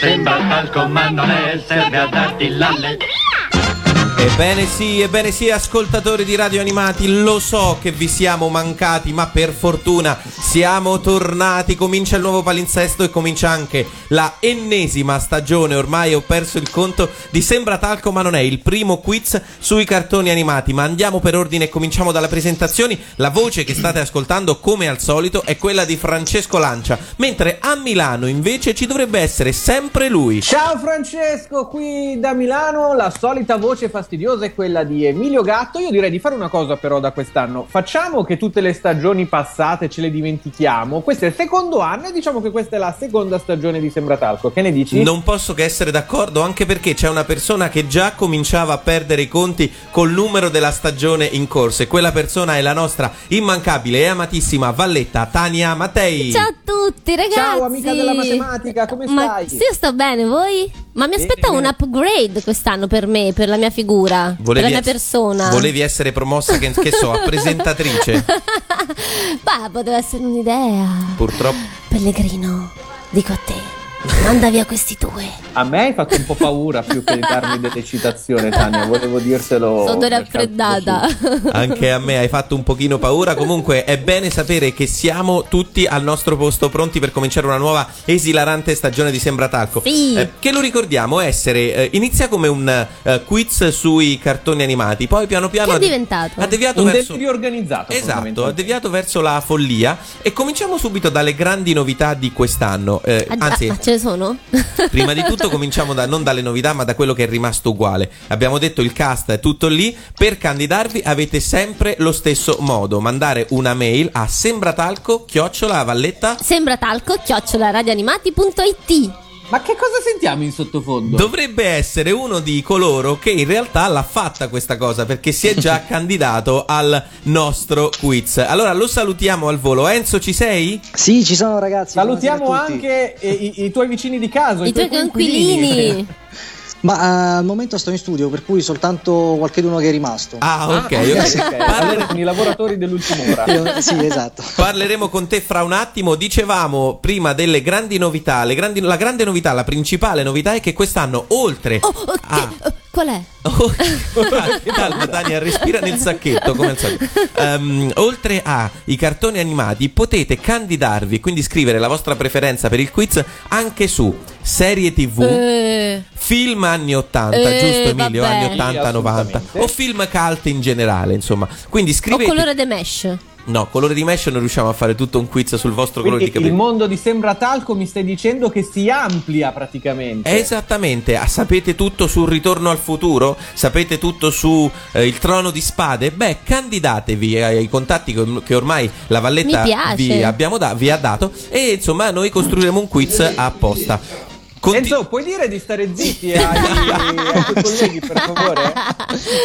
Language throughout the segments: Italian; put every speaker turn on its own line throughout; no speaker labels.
Sembra talco ma non è, serve a darti l'alle.
Ebbene sì, ebbene sì, ascoltatori di Radio Animati, lo so che vi siamo mancati, ma per fortuna siamo tornati, comincia il nuovo palinsesto e comincia anche la ennesima stagione, ormai ho perso il conto di Sembra Talco ma non è, il primo quiz sui cartoni animati, ma andiamo per ordine e cominciamo dalle presentazioni, la voce che state ascoltando come al solito è quella di Francesco Lancia, mentre a Milano invece ci dovrebbe essere sempre lui.
Ciao Francesco, qui da Milano, la solita voce fastidiosa è quella di Emilio Gatto. Io direi di fare una cosa però da quest'anno. Facciamo che tutte le stagioni passate ce le dimentichiamo. Questo è il secondo anno e diciamo che questa è la seconda stagione di Sembratalco. Che ne dici?
Non posso che essere d'accordo, anche perché c'è una persona che già cominciava a perdere i conti col numero della stagione in corso e quella persona è la nostra immancabile e amatissima Valletta Tania Mattei.
Ciao a tutti, ragazzi.
Ciao amica della matematica, come
Ma
stai?
sì, io sto bene, voi? Ma mi aspetta
Bene.
un upgrade quest'anno per me, per la mia figura, per la mia
ess-
persona.
volevi essere promossa, che, che so, a presentatrice.
Bah, poteva essere un'idea.
Purtroppo.
Pellegrino, dico a te, manda via questi due.
A me hai fatto un po' paura più che darmi dell'eccitazione, Tania. Volevo dirtelo.
Sono
per
raffreddata.
caldo
Oh, Anche a me hai fatto un pochino paura. Comunque è bene sapere che siamo tutti al nostro posto, pronti per cominciare una nuova esilarante stagione di Sembratalco.
Sì.
che lo ricordiamo essere. eh, inizia come un eh, quiz sui cartoni animati. Poi piano piano.
Che è
ha de-
diventato?
Ha deviato
Un
verso.
delirio organizzato.
Esatto, ha
fondamentalmente.
deviato verso la follia e cominciamo subito dalle grandi novità di quest'anno. Eh,
Ah,
anzi,
ah, ce ne sono?
Prima di tutto cominciamo da, non dalle novità ma da quello che è rimasto uguale. Abbiamo detto il cast è tutto lì, per candidarvi avete sempre lo stesso modo, mandare una mail a sembratalco chiocciola valletta.
Sembra talco, radioanimati.it
Ma che cosa sentiamo in sottofondo?
Dovrebbe essere uno di coloro che in realtà l'ha fatta questa cosa perché si è già candidato al nostro quiz. Allora lo salutiamo al volo. Enzo ci sei?
Sì, ci sono ragazzi.
Salutiamo
buonasera a tutti.
anche eh, i, i tuoi vicini di caso,
I tuoi
coinquilini.
conquilini.
Ma eh, al momento sto in studio, per cui soltanto qualcuno che è rimasto.
Ah
ok,
ok, ok.
ok. Allora
Parler-
sono i lavoratori dell'ultima ora.
Io- sì, esatto.
Parleremo con te fra un attimo. Dicevamo prima delle grandi novità. le grandi- la grande novità, la principale novità è che quest'anno, oltre
Oh, oh, che-
a.
oh, qual è?
Oh, calma Tania, respira nel sacchetto come al solito. Ehm, oltre ai cartoni animati potete candidarvi, quindi scrivere la vostra preferenza per il quiz anche su serie tv,
Eh,
Film anni 80,
Eh,
giusto Emilio?
vabbè.
Anni 80,
Sì,
90
assolutamente.
o film cult in generale, insomma. Quindi
o
scrivete
colore de mesh.
No, colore di mesh non riusciamo a fare tutto un quiz sul vostro colore
Quindi
di capelli.
il mondo di Sembra Talco mi stai dicendo che si amplia praticamente.
Cioè
Esattamente, ah, sapete tutto sul ritorno al futuro? Sapete tutto su eh, il trono di spade? Beh, candidatevi ai, ai contatti che, che ormai la Valletta
Mi piace.
vi, abbiamo da- vi ha dato e insomma noi costruiremo un quiz apposta. Conti-
Enzo, puoi dire di stare zitti eh? ai, ai tuoi colleghi, per favore?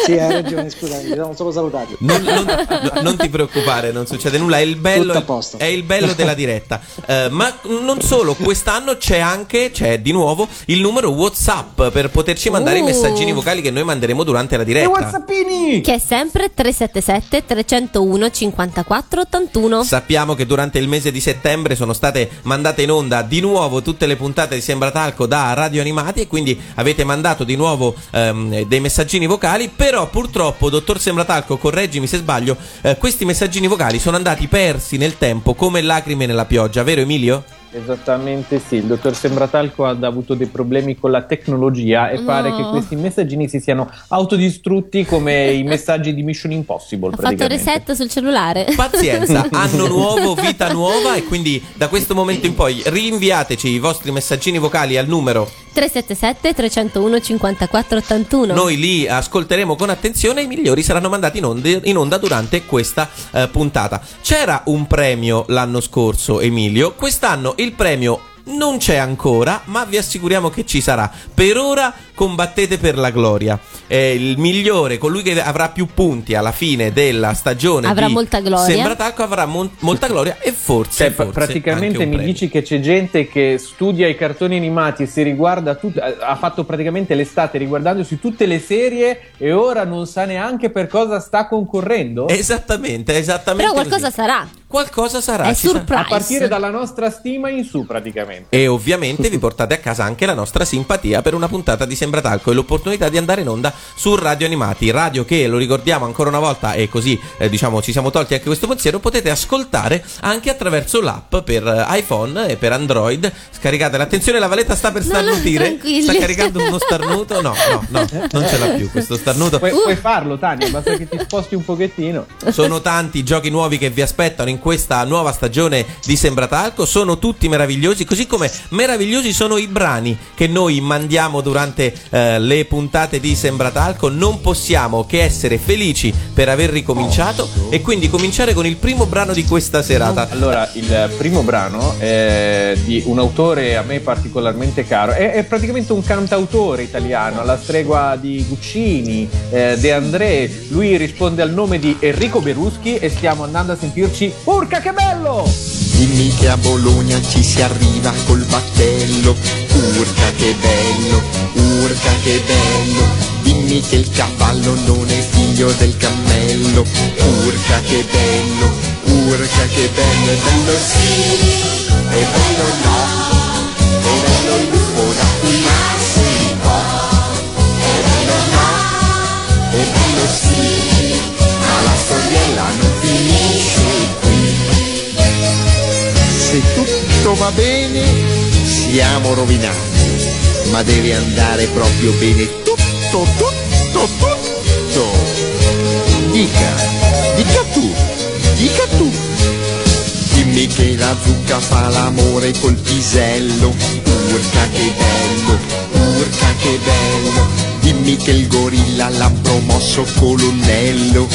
Sì, hai ragione, scusami, mi sono solo salutati.
Non, non- no, non ti preoccupare, non succede nulla, è il bello,
Tutto a posto.
è il bello della diretta. Eh, ma non solo, quest'anno c'è anche, c'è di nuovo il numero WhatsApp per poterci mandare i
Uh.
messaggini vocali che noi manderemo durante la
E
diretta.
Whatsappini!
Che è sempre 377 301 54 81.
Sappiamo che durante il mese di settembre sono state mandate in onda di nuovo tutte le puntate di Sembra Talco da Radio Animati e quindi avete mandato di nuovo ehm, dei messaggini vocali, però purtroppo, dottor Sembratalco, correggimi se sbaglio, eh, questi messaggini vocali sono andati persi nel tempo come lacrime nella pioggia, vero Emilio?
Esattamente sì, il dottor Sembratalco ha avuto dei problemi con la tecnologia e
No.
pare che questi messaggini si siano autodistrutti come i messaggi di Mission Impossible.
Ha fatto
praticamente.
reset sul cellulare.
Pazienza, anno nuovo, vita nuova e quindi da questo momento in poi rinviateci i vostri messaggini vocali al numero
377 301 54 81.
Noi li ascolteremo con attenzione e i migliori saranno mandati in, onde- in onda durante questa eh, puntata. C'era un premio l'anno scorso, Emilio. Quest'anno il premio non c'è ancora, ma vi assicuriamo che ci sarà. Per ora combattete per la gloria. È il migliore, colui che avrà più punti alla fine della stagione
Avrà
di
molta gloria.
Sembra Tacco avrà mon- molta gloria e forse,
Cioè, pra-
forse anche
praticamente
un
mi
premio.
dici che c'è gente che studia i cartoni animati e si riguarda tutto. ha- Ha fatto praticamente l'estate riguardandosi tutte le serie e ora non sa neanche per cosa sta concorrendo.
Esattamente, esattamente.
Però qualcosa
così.
sarà.
Qualcosa sarà.
È
ci sarà.
surprise.
a partire dalla nostra stima in su, praticamente.
E ovviamente vi portate a casa anche la nostra simpatia per una puntata di Sembratalco e l'opportunità di andare in onda su Radio Animati, radio che lo ricordiamo ancora una volta e così eh, diciamo ci siamo tolti anche questo pensiero, potete ascoltare anche attraverso l'app per eh, iPhone e per Android. Scaricatela, attenzione la valetta sta per
No, no,
starnutire,
tranquilli.
sta caricando uno starnuto, no, no, no, non ce l'ha più questo starnuto.
Puoi,
Uh.
puoi farlo, Tania, basta che ti sposti un pochettino.
Sono tanti i giochi nuovi che vi aspettano in questa nuova stagione di Sembratalco, sono tutti meravigliosi, così come meravigliosi sono i brani che noi mandiamo durante eh, le puntate di Sembratalco. Non possiamo che essere felici per aver ricominciato e quindi cominciare con il primo brano di questa serata.
Allora, il primo brano è di un autore a me particolarmente caro. È, è praticamente un cantautore italiano, alla stregua di Guccini, eh, De André. Lui risponde al nome di Enrico Beruschi e stiamo andando a sentirci Urca che bello!
Dimmi che a Bologna ci si arriva col battello, urca che bello, urca che bello, dimmi che il cavallo non è figlio del cammello, urca che bello, urca che bello, è bello sì, è bello no, è bello il lupo da fumarsi, è bello no, è bello sì, ma la storiella non finisce qui. Se tutto va bene, siamo rovinati, ma deve andare proprio bene tutto, tutto, tutto. Dica, dica tu, dica tu. Dimmi che la zucca fa l'amore col pisello, urca che bello, urca che bello. Dimmi che il gorilla l'ha promosso colonnello,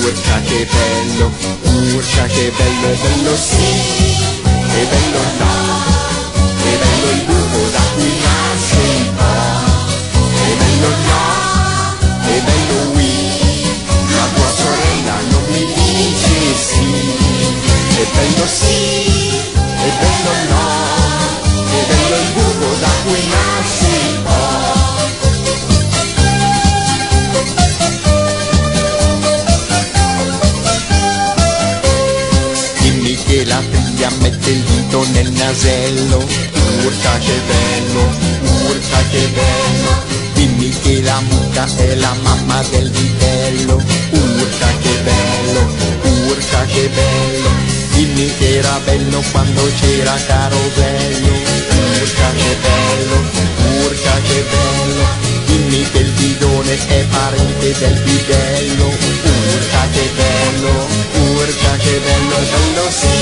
urca che bello, urca che bello, è bello sì, è bello no, è bello il buco da cui nasce il po, è bello no, è bello oui, la tua sorella non mi dice sì. È bello sì, è bello no, è bello il buco da cui nasce il po'. Dimmi che la figlia mette il dito nel nasello, urca che bello, urca che bello. Dimmi che la mucca è la mamma del vitello, urca che bello, urca che bello. Dimmi che era bello quando c'era carosello, urca che bello, urca che bello. Dimmi che il bidone è parente del bidello, urca che bello, urca che bello, è bello sì,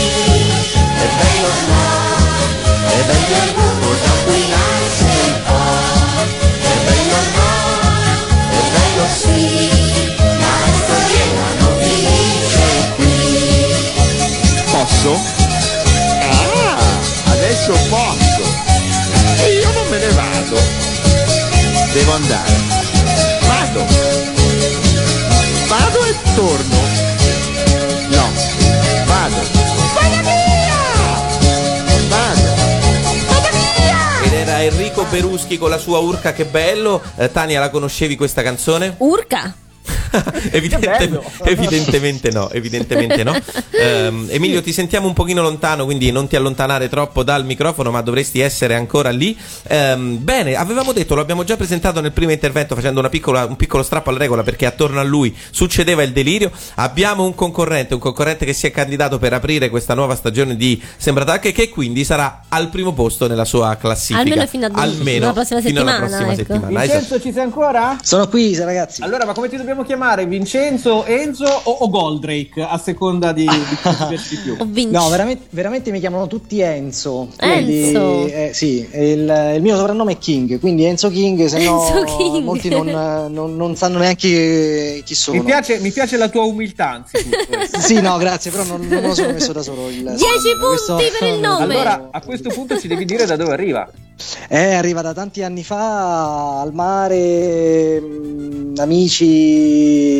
è bello no, è bello il buco da cui nasce il po', è bello no, è bello sì, ma la storiella non finisce qui. Posso? Ah, adesso posso, e io non me ne vado. Devo andare. Vado. Vado e torno. No, vado. Vado via! Vado. Vado via!
Ed era Enrico Peruschi con la sua urca che bello. Eh, Tania la conoscevi questa canzone?
Urca.
Evidente-
Che bello!
evidentemente no, evidentemente no. Ehm, Emilio, ti sentiamo un pochino lontano, quindi non ti allontanare troppo dal microfono, ma dovresti essere ancora lì. Ehm, bene, avevamo detto, lo abbiamo già presentato nel primo intervento facendo una piccola- un piccolo strappo alla regola perché attorno a lui succedeva il delirio. Abbiamo un concorrente, un concorrente che si è candidato per aprire questa nuova stagione di Sembratacche e che quindi sarà al primo posto nella sua classifica.
Almeno fino a-
Almeno
alla prossima
fino alla
settimana,
prossima
ecco.
settimana. Esatto.
Vincenzo, ci sei ancora?
Sono qui, ragazzi.
Allora, ma come ti dobbiamo chiamare Vincenzo, Enzo o, o Goldrake, a seconda di, di chi ti piace di più.
Ho vinto.
No, veramente, veramente mi chiamano tutti Enzo. quindi-
Enzo?
eh, sì, il, il mio soprannome è King, quindi Enzo King, se no
Enzo King.
molti non, eh, non- non sanno neanche chi sono.
Mi piace, mi piace la tua umiltà, anzitutto.
Sì, no, grazie, Eh, però non, non me lo sono messo da solo. Il,
10 punti per il nome.
Allora, a questo punto ci devi dire da dove arriva.
Eh, arriva da tanti anni fa al mare, mm, amici,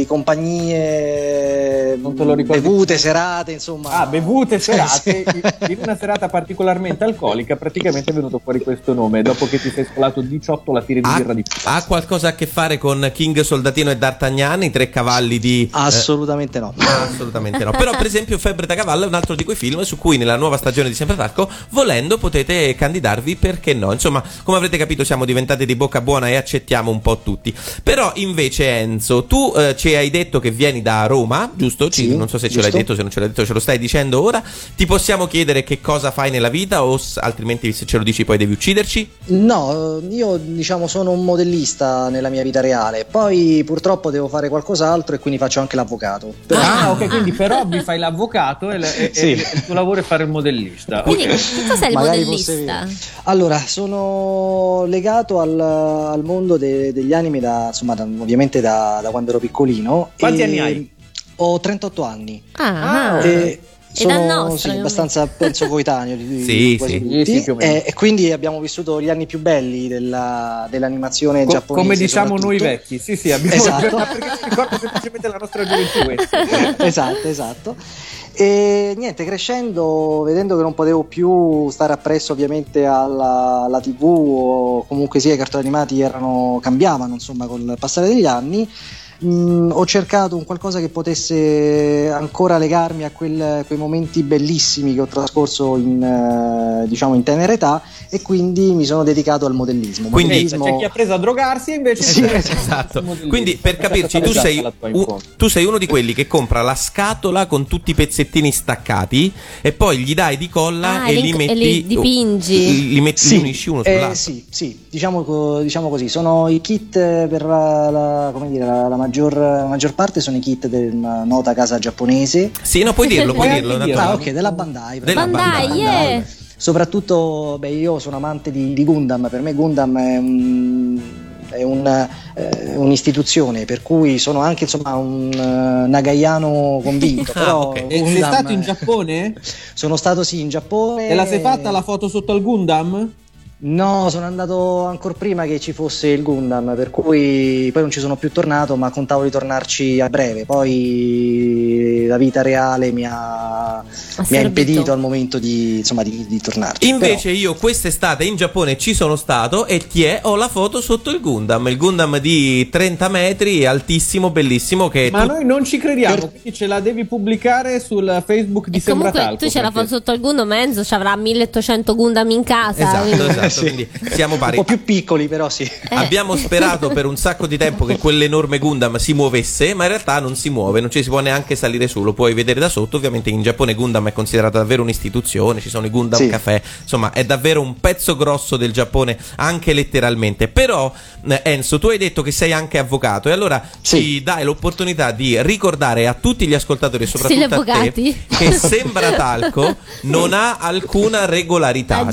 compagnie, mm,
Non te lo ricordi?
bevute, serate, insomma.
Ah, bevute serate.
Sì, sì.
In una serata particolarmente alcolica, praticamente è venuto fuori questo nome. Dopo che ti sei scolato 18 la tiri di birra
Ha,
di più.
ha qualcosa a che fare con King Soldatino e D'Artagnan, i tre cavalli di...
Assolutamente no.
eh, assolutamente no. Però per esempio Febbre da cavallo è un altro di quei film su cui nella nuova stagione di Sempre Tacco, volendo potete candidarvi perché no. Insomma, come avrete capito siamo diventati di bocca buona e accettiamo un po' tutti. Però invece Enzo, tu eh, ci hai detto che vieni da Roma, giusto? Ci-
Sì,
non so se ce l'hai
giusto.
detto, se non ce l'hai detto ce lo stai dicendo ora. Ti possiamo chiedere che cosa fai nella vita o s- altrimenti se ce lo dici poi devi ucciderci?
No, eh, io diciamo sono un modellista nella mia vita reale, poi purtroppo devo fare qualcos'altro e quindi faccio anche l'avvocato. Però-
Ah, ok, quindi per hobby fai l'avvocato e, la- e- e-
Sì.
e il tuo lavoro è fare il modellista.
Quindi
Ok.
che cos'è il
Magari
modellista?
fosse- Allora, sono legato al, al mondo de- degli anime da, insomma, da- ovviamente da, da quando ero piccolino.
Quanti
E-
anni hai?
Ho 38 anni.
Ah,
Ah,
E
dal
sono
nostro,
sì,
ovviamente.
abbastanza penso coetaneo di, di
Sì,
quasi
sì.
tutti. Eh,
Sì, sì, più o meno.
e, e quindi abbiamo vissuto gli anni più belli della- dell'animazione
Co-
giapponese
come diciamo noi
soprattutto.
vecchi, sì, sì, abbiamo
Esatto.
Ma perché si ricorda semplicemente la nostra gioventù. eh.
esatto, esatto. E niente, crescendo, vedendo che non potevo più stare appresso ovviamente alla, alla TV o comunque sia i cartoni animati erano, cambiavano insomma col passare degli anni. mh, ho cercato un qualcosa che potesse ancora legarmi a quel- quei momenti bellissimi che ho trascorso in, eh, diciamo in tenera età e quindi mi sono dedicato al modellismo.
Quindi-
Quindi c'è chi ha preso a drogarsi e invece
Sì,
diciamo- Esatto. Quindi per capirci,
Esatto.
tu sei, un-
un...
tu sei uno di quelli che compra la scatola con tutti i pezzettini staccati e poi gli dai di colla
Ah,
e
e
li
li-
metti.
e li dipingi.
Li, metti, li
Sì,
unisci uno
eh,
sull'altro.
sì, sì, diciamo, co- diciamo così, sono i kit eh, per la, la- come dire, la, la maggior, la maggior parte sono i kit della nota casa giapponese.
Sì, no, puoi dirlo, puoi
Puoi
dirlo.
anche
Natale.
Ah,
dirlo.
ok, della Bandai.
Della Bandai,
Bandai.
yeah.
Soprattutto, beh, io sono amante di, di Gundam, per me Gundam è un- è un, eh, un'istituzione, per cui sono anche insomma un eh, nagaiano convinto.
Ah,
però
ok. E
Sei
Gundam-
stato in Giappone?
Sono stato sì in Giappone.
E la sei fatta la foto sotto al Gundam?
No, sono andato ancora prima che ci fosse il Gundam, per cui poi non ci sono più tornato, ma contavo di tornarci a breve. Poi la vita reale mi ha, mi ha
servito.
impedito al momento di, insomma, di, di tornarci.
Invece io quest'estate in Giappone ci sono stato e ti è, ho la foto sotto il Gundam, il Gundam di 30 metri, altissimo, bellissimo, che
Ma
tu-
noi non ci crediamo,
Per-
quindi ce la devi pubblicare sul Facebook di
E
Sembra
comunque tu ce la fai
perché-
sotto al Gundam, Enzo ci avrà 1800 Gundam in casa.
Esatto,
quindi-
esatto, quindi
però,
siamo
un
pari.
po' più piccoli, però sì.
Eh.
Abbiamo sperato per un sacco di tempo che quell'enorme Gundam si muovesse, ma in realtà non si muove, non ci si può neanche salire su, lo puoi vedere da sotto. Ovviamente in Giappone Gundam è considerata davvero un'istituzione, ci sono i Gundam
Sì.
Café, insomma è davvero un pezzo grosso del Giappone, anche letteralmente. Però eh, Enzo, tu hai detto che sei anche avvocato e allora
Sì.
ci dai l'opportunità di ricordare a tutti gli ascoltatori e soprattutto
gli
a te
avvocati.
che sembra talco non ha alcuna regolarità.
Ah,
cioè-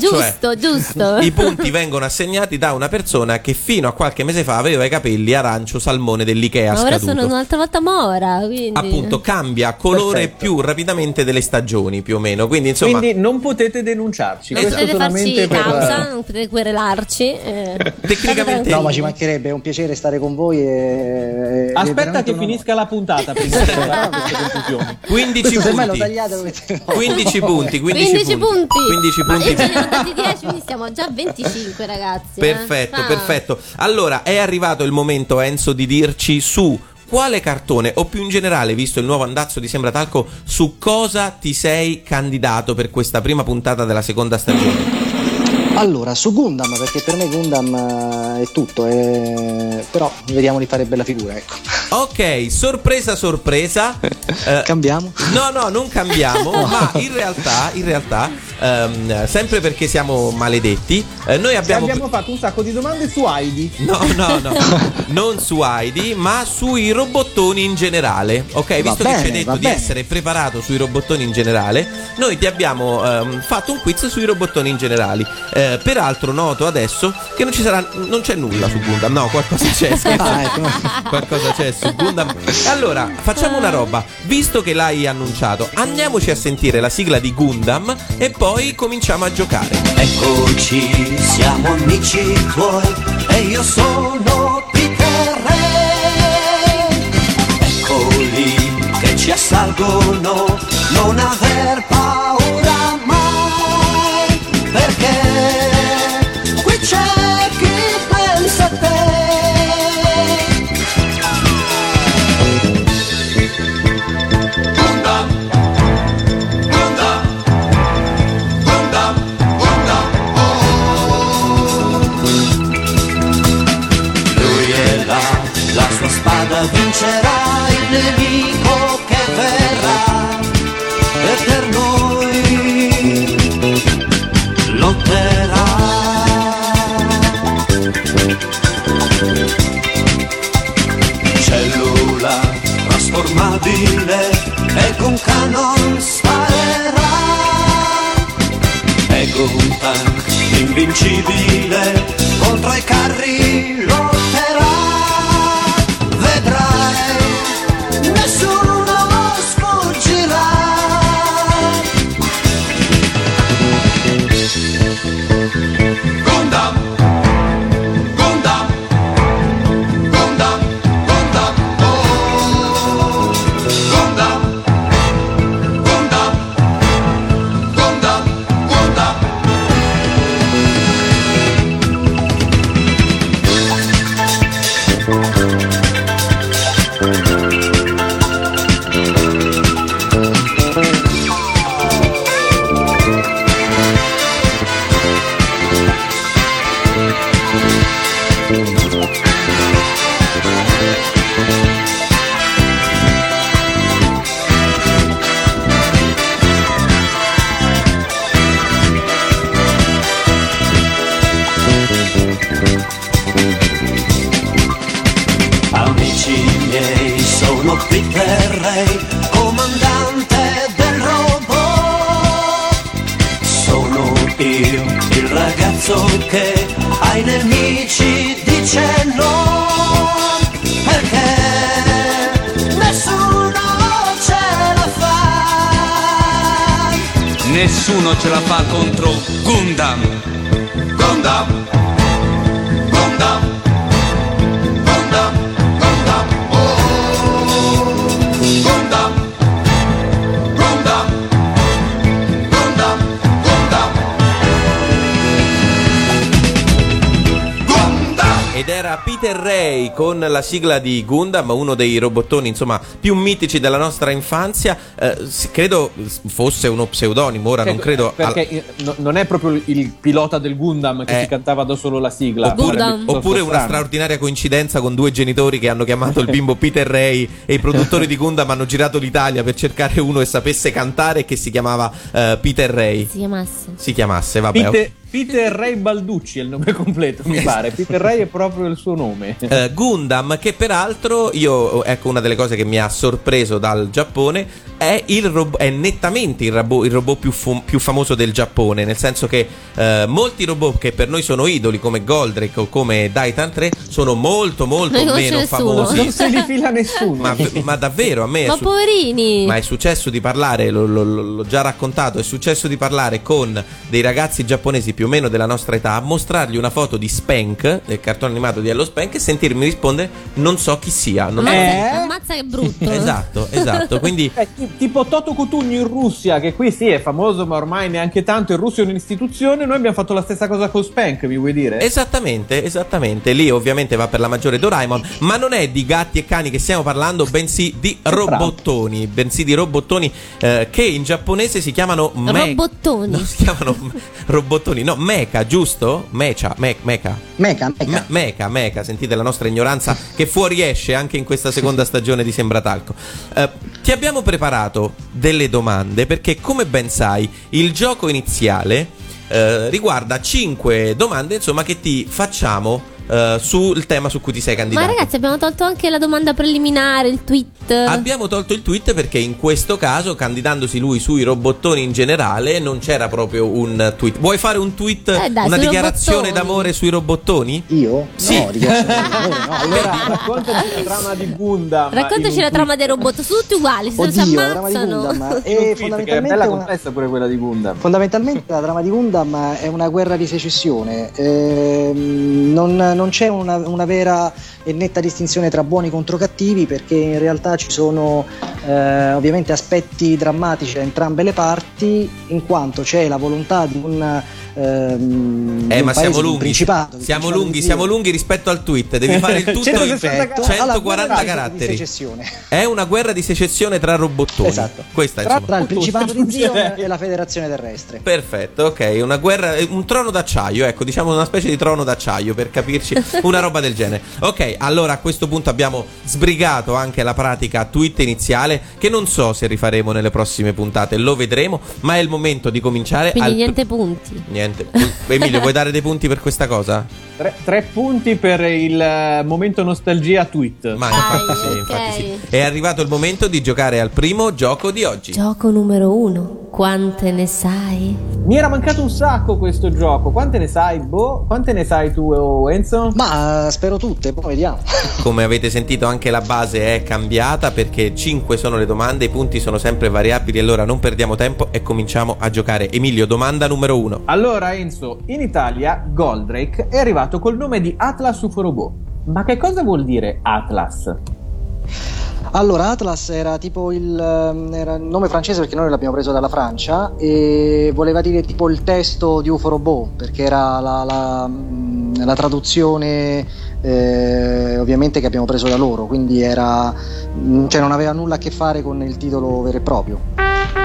giusto, giusto.
i punti vengono assegnati da una persona che fino a qualche mese fa aveva i capelli arancio salmone dell'Ikea
Ma ora
scaduto.
sono un'altra volta mora. Quindi...
Appunto, cambia colore
Perfetto.
più rapidamente delle stagioni, più o meno. Quindi, insomma,
Quindi non potete denunciarci.
non
Esatto.
Questo
potete
solamente
farci
per...
causa, non potete querelarci. eh.
Tecnicamente-
No, ma ci mancherebbe, è un piacere stare con voi. E,
Aspetta che finisca la puntata prima di arrivare a queste conclusioni.
15
Questo semmai lo
punti.
tagliate lo mettete-
15 punti, 15,
15 punti.
15
Ma
punti.
io ce ne ho dati 10, quindi siamo già a 25, ragazzi. eh.
Perfetto,
Ah.
perfetto. Allora, è arrivato il momento, Enzo, di dirci su quale cartone, o più in generale, visto il nuovo andazzo di Sembra Talco, su cosa ti sei candidato per questa prima puntata della seconda stagione.
Allora, su Gundam, perché per me Gundam eh, è tutto, eh, però vediamo di fare bella figura, ecco.
Ok, sorpresa, sorpresa. Eh,
Cambiamo.
No, no, non cambiamo, ma in realtà, in realtà ehm, sempre perché siamo maledetti, eh, noi
E
abbiamo...
abbiamo fatto un sacco di domande su Heidi.
No, no, no, non su Heidi, ma sui robottoni in generale. Ok,
Va
visto che
bene,
ci hai detto
va
di
bene.
essere preparato sui robottoni in generale, noi ti abbiamo ehm, fatto un quiz sui robottoni in generali. Eh, peraltro noto adesso che non ci sarà, non c'è nulla su Gundam, no, qualcosa c'è. scherzo.
Ah, ecco.
Qualcosa c'è su Gundam. Allora, facciamo una roba. Visto che l'hai annunciato, andiamoci a sentire la sigla di Gundam e poi cominciamo a giocare.
Eccoci, siamo amici tuoi e io sono Picare. Eccoli Ecco che ci assalgono, non aver paura mai, perché qui c'è chi pensa a te. Lui è là, la sua spada vincerà il nemico che verrà e per noi lotterà. Cellula trasformabile e con canon sparerà è Guntan, invincibile, contro i carri lotterà. Vedrai, nessuno lo sfuggirà. Gundam, Gundam, Gundam, Gundam, oh. Gundam, Gundam, Gundam, Gundam. Amici miei, sono Peter Ray, comandante del robot. Sono io, il ragazzo che ai nemici dice no. Perché nessuno ce la fa.
Nessuno ce la fa contro Gundam.
Gundam, Gundam, Gundam, Gundam, oh, Gundam, Gundam, Gundam, Gundam, Gundam.
Ed era Peter Ray con la sigla di Gundam, uno dei robottoni insomma più mitici della nostra infanzia. Eh, s- credo fosse uno pseudonimo, ora non
Cioè,
credo. al-
Perché eh, no- non è proprio il- il pilota del Gundam che
Eh.
si cantava da solo la sigla.
Oppure-
Sarebbe
Gundam.
piuttosto
Oppure una
strano.
straordinaria coincidenza con due genitori che hanno chiamato il bimbo Peter Ray e i produttori di Gundam hanno girato l'Italia per cercare uno che sapesse cantare e che si chiamava eh, Peter Ray.
Si chiamasse.
Si chiamasse, vabbè.
Peter, Peter Ray Balducci è il nome completo, mi pare. Peter Ray è proprio il suo nome.
Eh, Gundam, che peraltro io, ecco una delle cose che mi ha sorpreso dal Giappone, è, il rob- è nettamente il, rabo- il robot più, fu- più famoso del Giappone, nel senso che eh, molti robot che per noi sono idoli come Goldrake o come Daitan 3 sono molto molto
Non ne conosce
meno
nessuno.
Non
famosi.
se li fila nessuno.
Ma, ma davvero a me è
Ma
su-
poverini!
ma è successo di parlare, lo- lo- lo- l'ho già raccontato, è successo di parlare con dei ragazzi giapponesi più o meno della nostra età, mostrargli una foto di Spank, del cartone animato di Hello Spank, e sentirmi rispondere non so chi sia. Non
Ammazza,
Eh?
ammazza che brutto.
Esatto, esatto. Quindi
Eh, chi ti- tipo Toto Cutugno in Russia, che qui sì è famoso, ma ormai neanche tanto. In Russia è un'istituzione. Noi abbiamo fatto la stessa cosa con Spank, mi vuoi dire?
Esattamente, esattamente. Lì ovviamente va per la maggiore Doraemon, ma non è di gatti e cani che stiamo parlando, bensì di
bravo.
robottoni, bensì di robottoni eh, che in giapponese si chiamano me-
Robottoni.
No, si chiamano me- robottoni, no, mecha, giusto? Mecha, me- mecha.
Mecha,
Me-
mecha.
meca, meca, sentite la nostra ignoranza che fuoriesce anche in questa seconda stagione di Sembra Talco. Eh, ti abbiamo preparato delle domande perché, come ben sai, il gioco iniziale eh, riguarda 5 domande insomma, che ti facciamo eh, sul tema su cui ti sei
Ma
candidato.
ragazzi, abbiamo tolto anche la domanda preliminare, il tweet.
Abbiamo tolto il tweet perché in questo caso, candidandosi lui sui robottoni in generale, non c'era proprio un tweet. Vuoi fare un tweet,
Eh dai,
una
sui
dichiarazione
robottoni.
d'amore sui robottoni?
Io?
Sì.
No, riconosco il lavoro, no.
Allora, raccontaci la trama di Gundam. in
Raccontaci
un
la trama
tweet.
dei robot, sono tutti uguali, se non si
Oddio, la trama di
ammazzano.
Gundam
In
è
un tweet, che è
fondamentalmente
bella
una,
complessa pure quella di Gundam.
Fondamentalmente la trama di Gundam è una guerra di secessione, Ehm, non, non c'è una, una vera e netta distinzione tra buoni contro cattivi perché in realtà ci sono eh, ovviamente aspetti drammatici da entrambe le parti in quanto c'è la volontà di un... ehm, di
Eh,
un paese,
ma
di
siamo
un
lunghi.
principato, di un
Siamo
principato
lunghi,
di
siamo
Dio.
lunghi rispetto al tweet.
Eh,
Devi fare il tutto in
160 certo alla
140
guerra Di
caratteri.
secessione.
È una guerra di secessione tra robottoni.
Esatto.
Questa,
Tra,
insomma.
tra il principato di Zion
Cioè-
e la federazione terrestre.
Perfetto, ok, una guerra, eh, un trono d'acciaio, ecco, diciamo una specie di trono d'acciaio per capirci, una roba del genere. Ok, allora a questo punto abbiamo sbrigato anche la pratica tweet iniziale, che non so se rifaremo nelle prossime puntate, lo vedremo, ma è il momento di cominciare.
Quindi
al-
niente punti.
Niente. Emilio, vuoi dare dei punti per questa cosa?
Tre, tre punti per il eh, momento nostalgia tweet.
Ma
Dai,
infatti, sì,
ok.
infatti sì. È arrivato il momento di giocare al primo gioco di oggi.
Gioco numero uno, quante ne sai?
Mi era mancato un sacco questo gioco. Quante ne sai, Boh? Quante ne sai tu, oh, Enzo?
Ma eh, spero tutte, poi vediamo.
Come avete sentito anche la base è cambiata perché 5 sono le domande, i punti sono sempre variabili, allora non perdiamo tempo e cominciamo a giocare. Emilio, domanda numero 1.
Allora, Enzo, in Italia Goldrake è arrivato col nome di Atlas Uforobot. Ma che cosa vuol dire Atlas?
Allora, Atlas era tipo il, ehm, era il nome francese perché noi l'abbiamo preso dalla Francia e voleva dire tipo il testo di UFO Robot perché era la, la, mm, la traduzione eh, ovviamente che abbiamo preso da loro, quindi era, mm, cioè non aveva nulla a che fare con il titolo vero e proprio.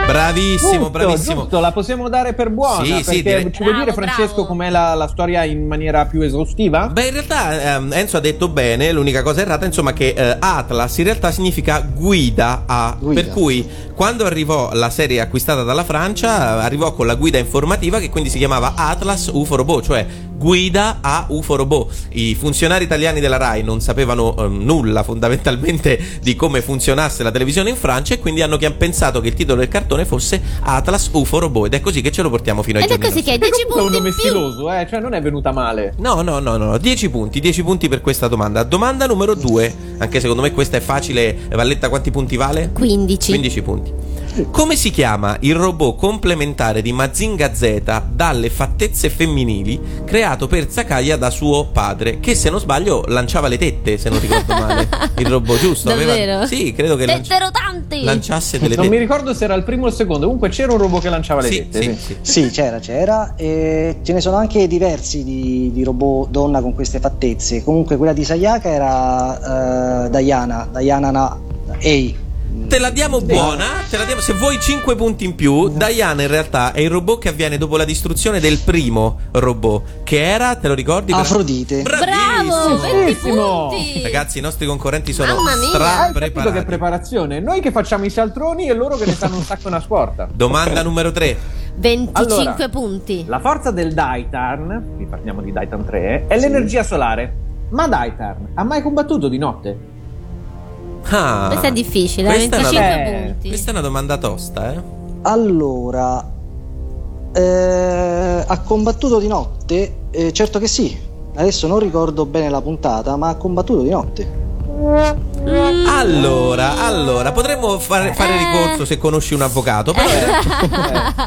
Bravissimo,
Giusto,
bravissimo.
giusto, la possiamo dare per buona.
Sì, sì,
perché
direi-
ci vuoi
Bravo,
dire, Francesco,
bravo.
com'è la, la storia in maniera più esaustiva?
Beh, in realtà ehm, Enzo ha detto bene, l'unica cosa errata, insomma, che eh, Atlas in realtà significa guida a.
Guida.
Per cui quando arrivò la serie acquistata dalla Francia, eh, arrivò con la guida informativa che quindi si chiamava Atlas UFO Robot, cioè guida a UFO Robot. I funzionari italiani della RAI non sapevano ehm, nulla fondamentalmente di come funzionasse la televisione in Francia e quindi hanno che- pensato che il titolo del cartone fosse Atlas UFO Robot ed è così che ce lo portiamo fino ai
Ed è
giorni
così
nostri.
che hai 10
Comunque è un nome
punti in più.
stiloso, eh, cioè non è venuta male.
No, no, no, no, 10 punti, 10 punti per questa domanda. Domanda numero 2, anche secondo me questa è facile. Valletta, quanti punti vale?
15.
15 punti. Come si chiama il robot complementare di Mazinga Z dalle fattezze femminili creato per Sakaya da suo padre, che se non sbaglio lanciava le tette, se non ricordo male, il robot giusto?
Davvero?
Sì, credo che lanci-
Tetterotanti!
lanciasse delle
Non
tette.
mi ricordo se era il primo o il secondo, comunque c'era un robot che lanciava le
Sì,
tette.
sì,
sì.
sì.
Sì, c'era, c'era. E ce ne sono anche diversi di, di robot donna con queste fattezze. Comunque quella di Sayaka era eh, Diana, Diana Na Ei.
Te la diamo buona, te la diamo, se vuoi 5 punti in più, Diana in realtà è il robot che avviene dopo la distruzione del primo robot, che era, te lo ricordi?
Afrodite.
Bravo!
Bravissimo!
20
Bravissimo.
punti!
Ragazzi, i nostri concorrenti sono
Mamma mia.
stra
Hai capito che
preparati.
preparazione? Noi che facciamo i saltroni e loro che ne sanno un sacco una scorta.
Domanda numero 3.
25
Allora.
Ah.
punti.
La forza del Daitarn, qui parliamo di Daitarn 3, è l'energia solare. Ma Daitarn ha mai combattuto di notte?
Ah,
Questa è difficile, eh,
questa è una-
25
eh,
punti.
Questa è una domanda tosta, eh.
Allora, eh, ha combattuto di notte? Eh, certo che sì. Adesso non ricordo bene la puntata, ma ha combattuto di notte.
Allora, allora, potremmo fare,
Eh.
fare ricorso se conosci un avvocato, però,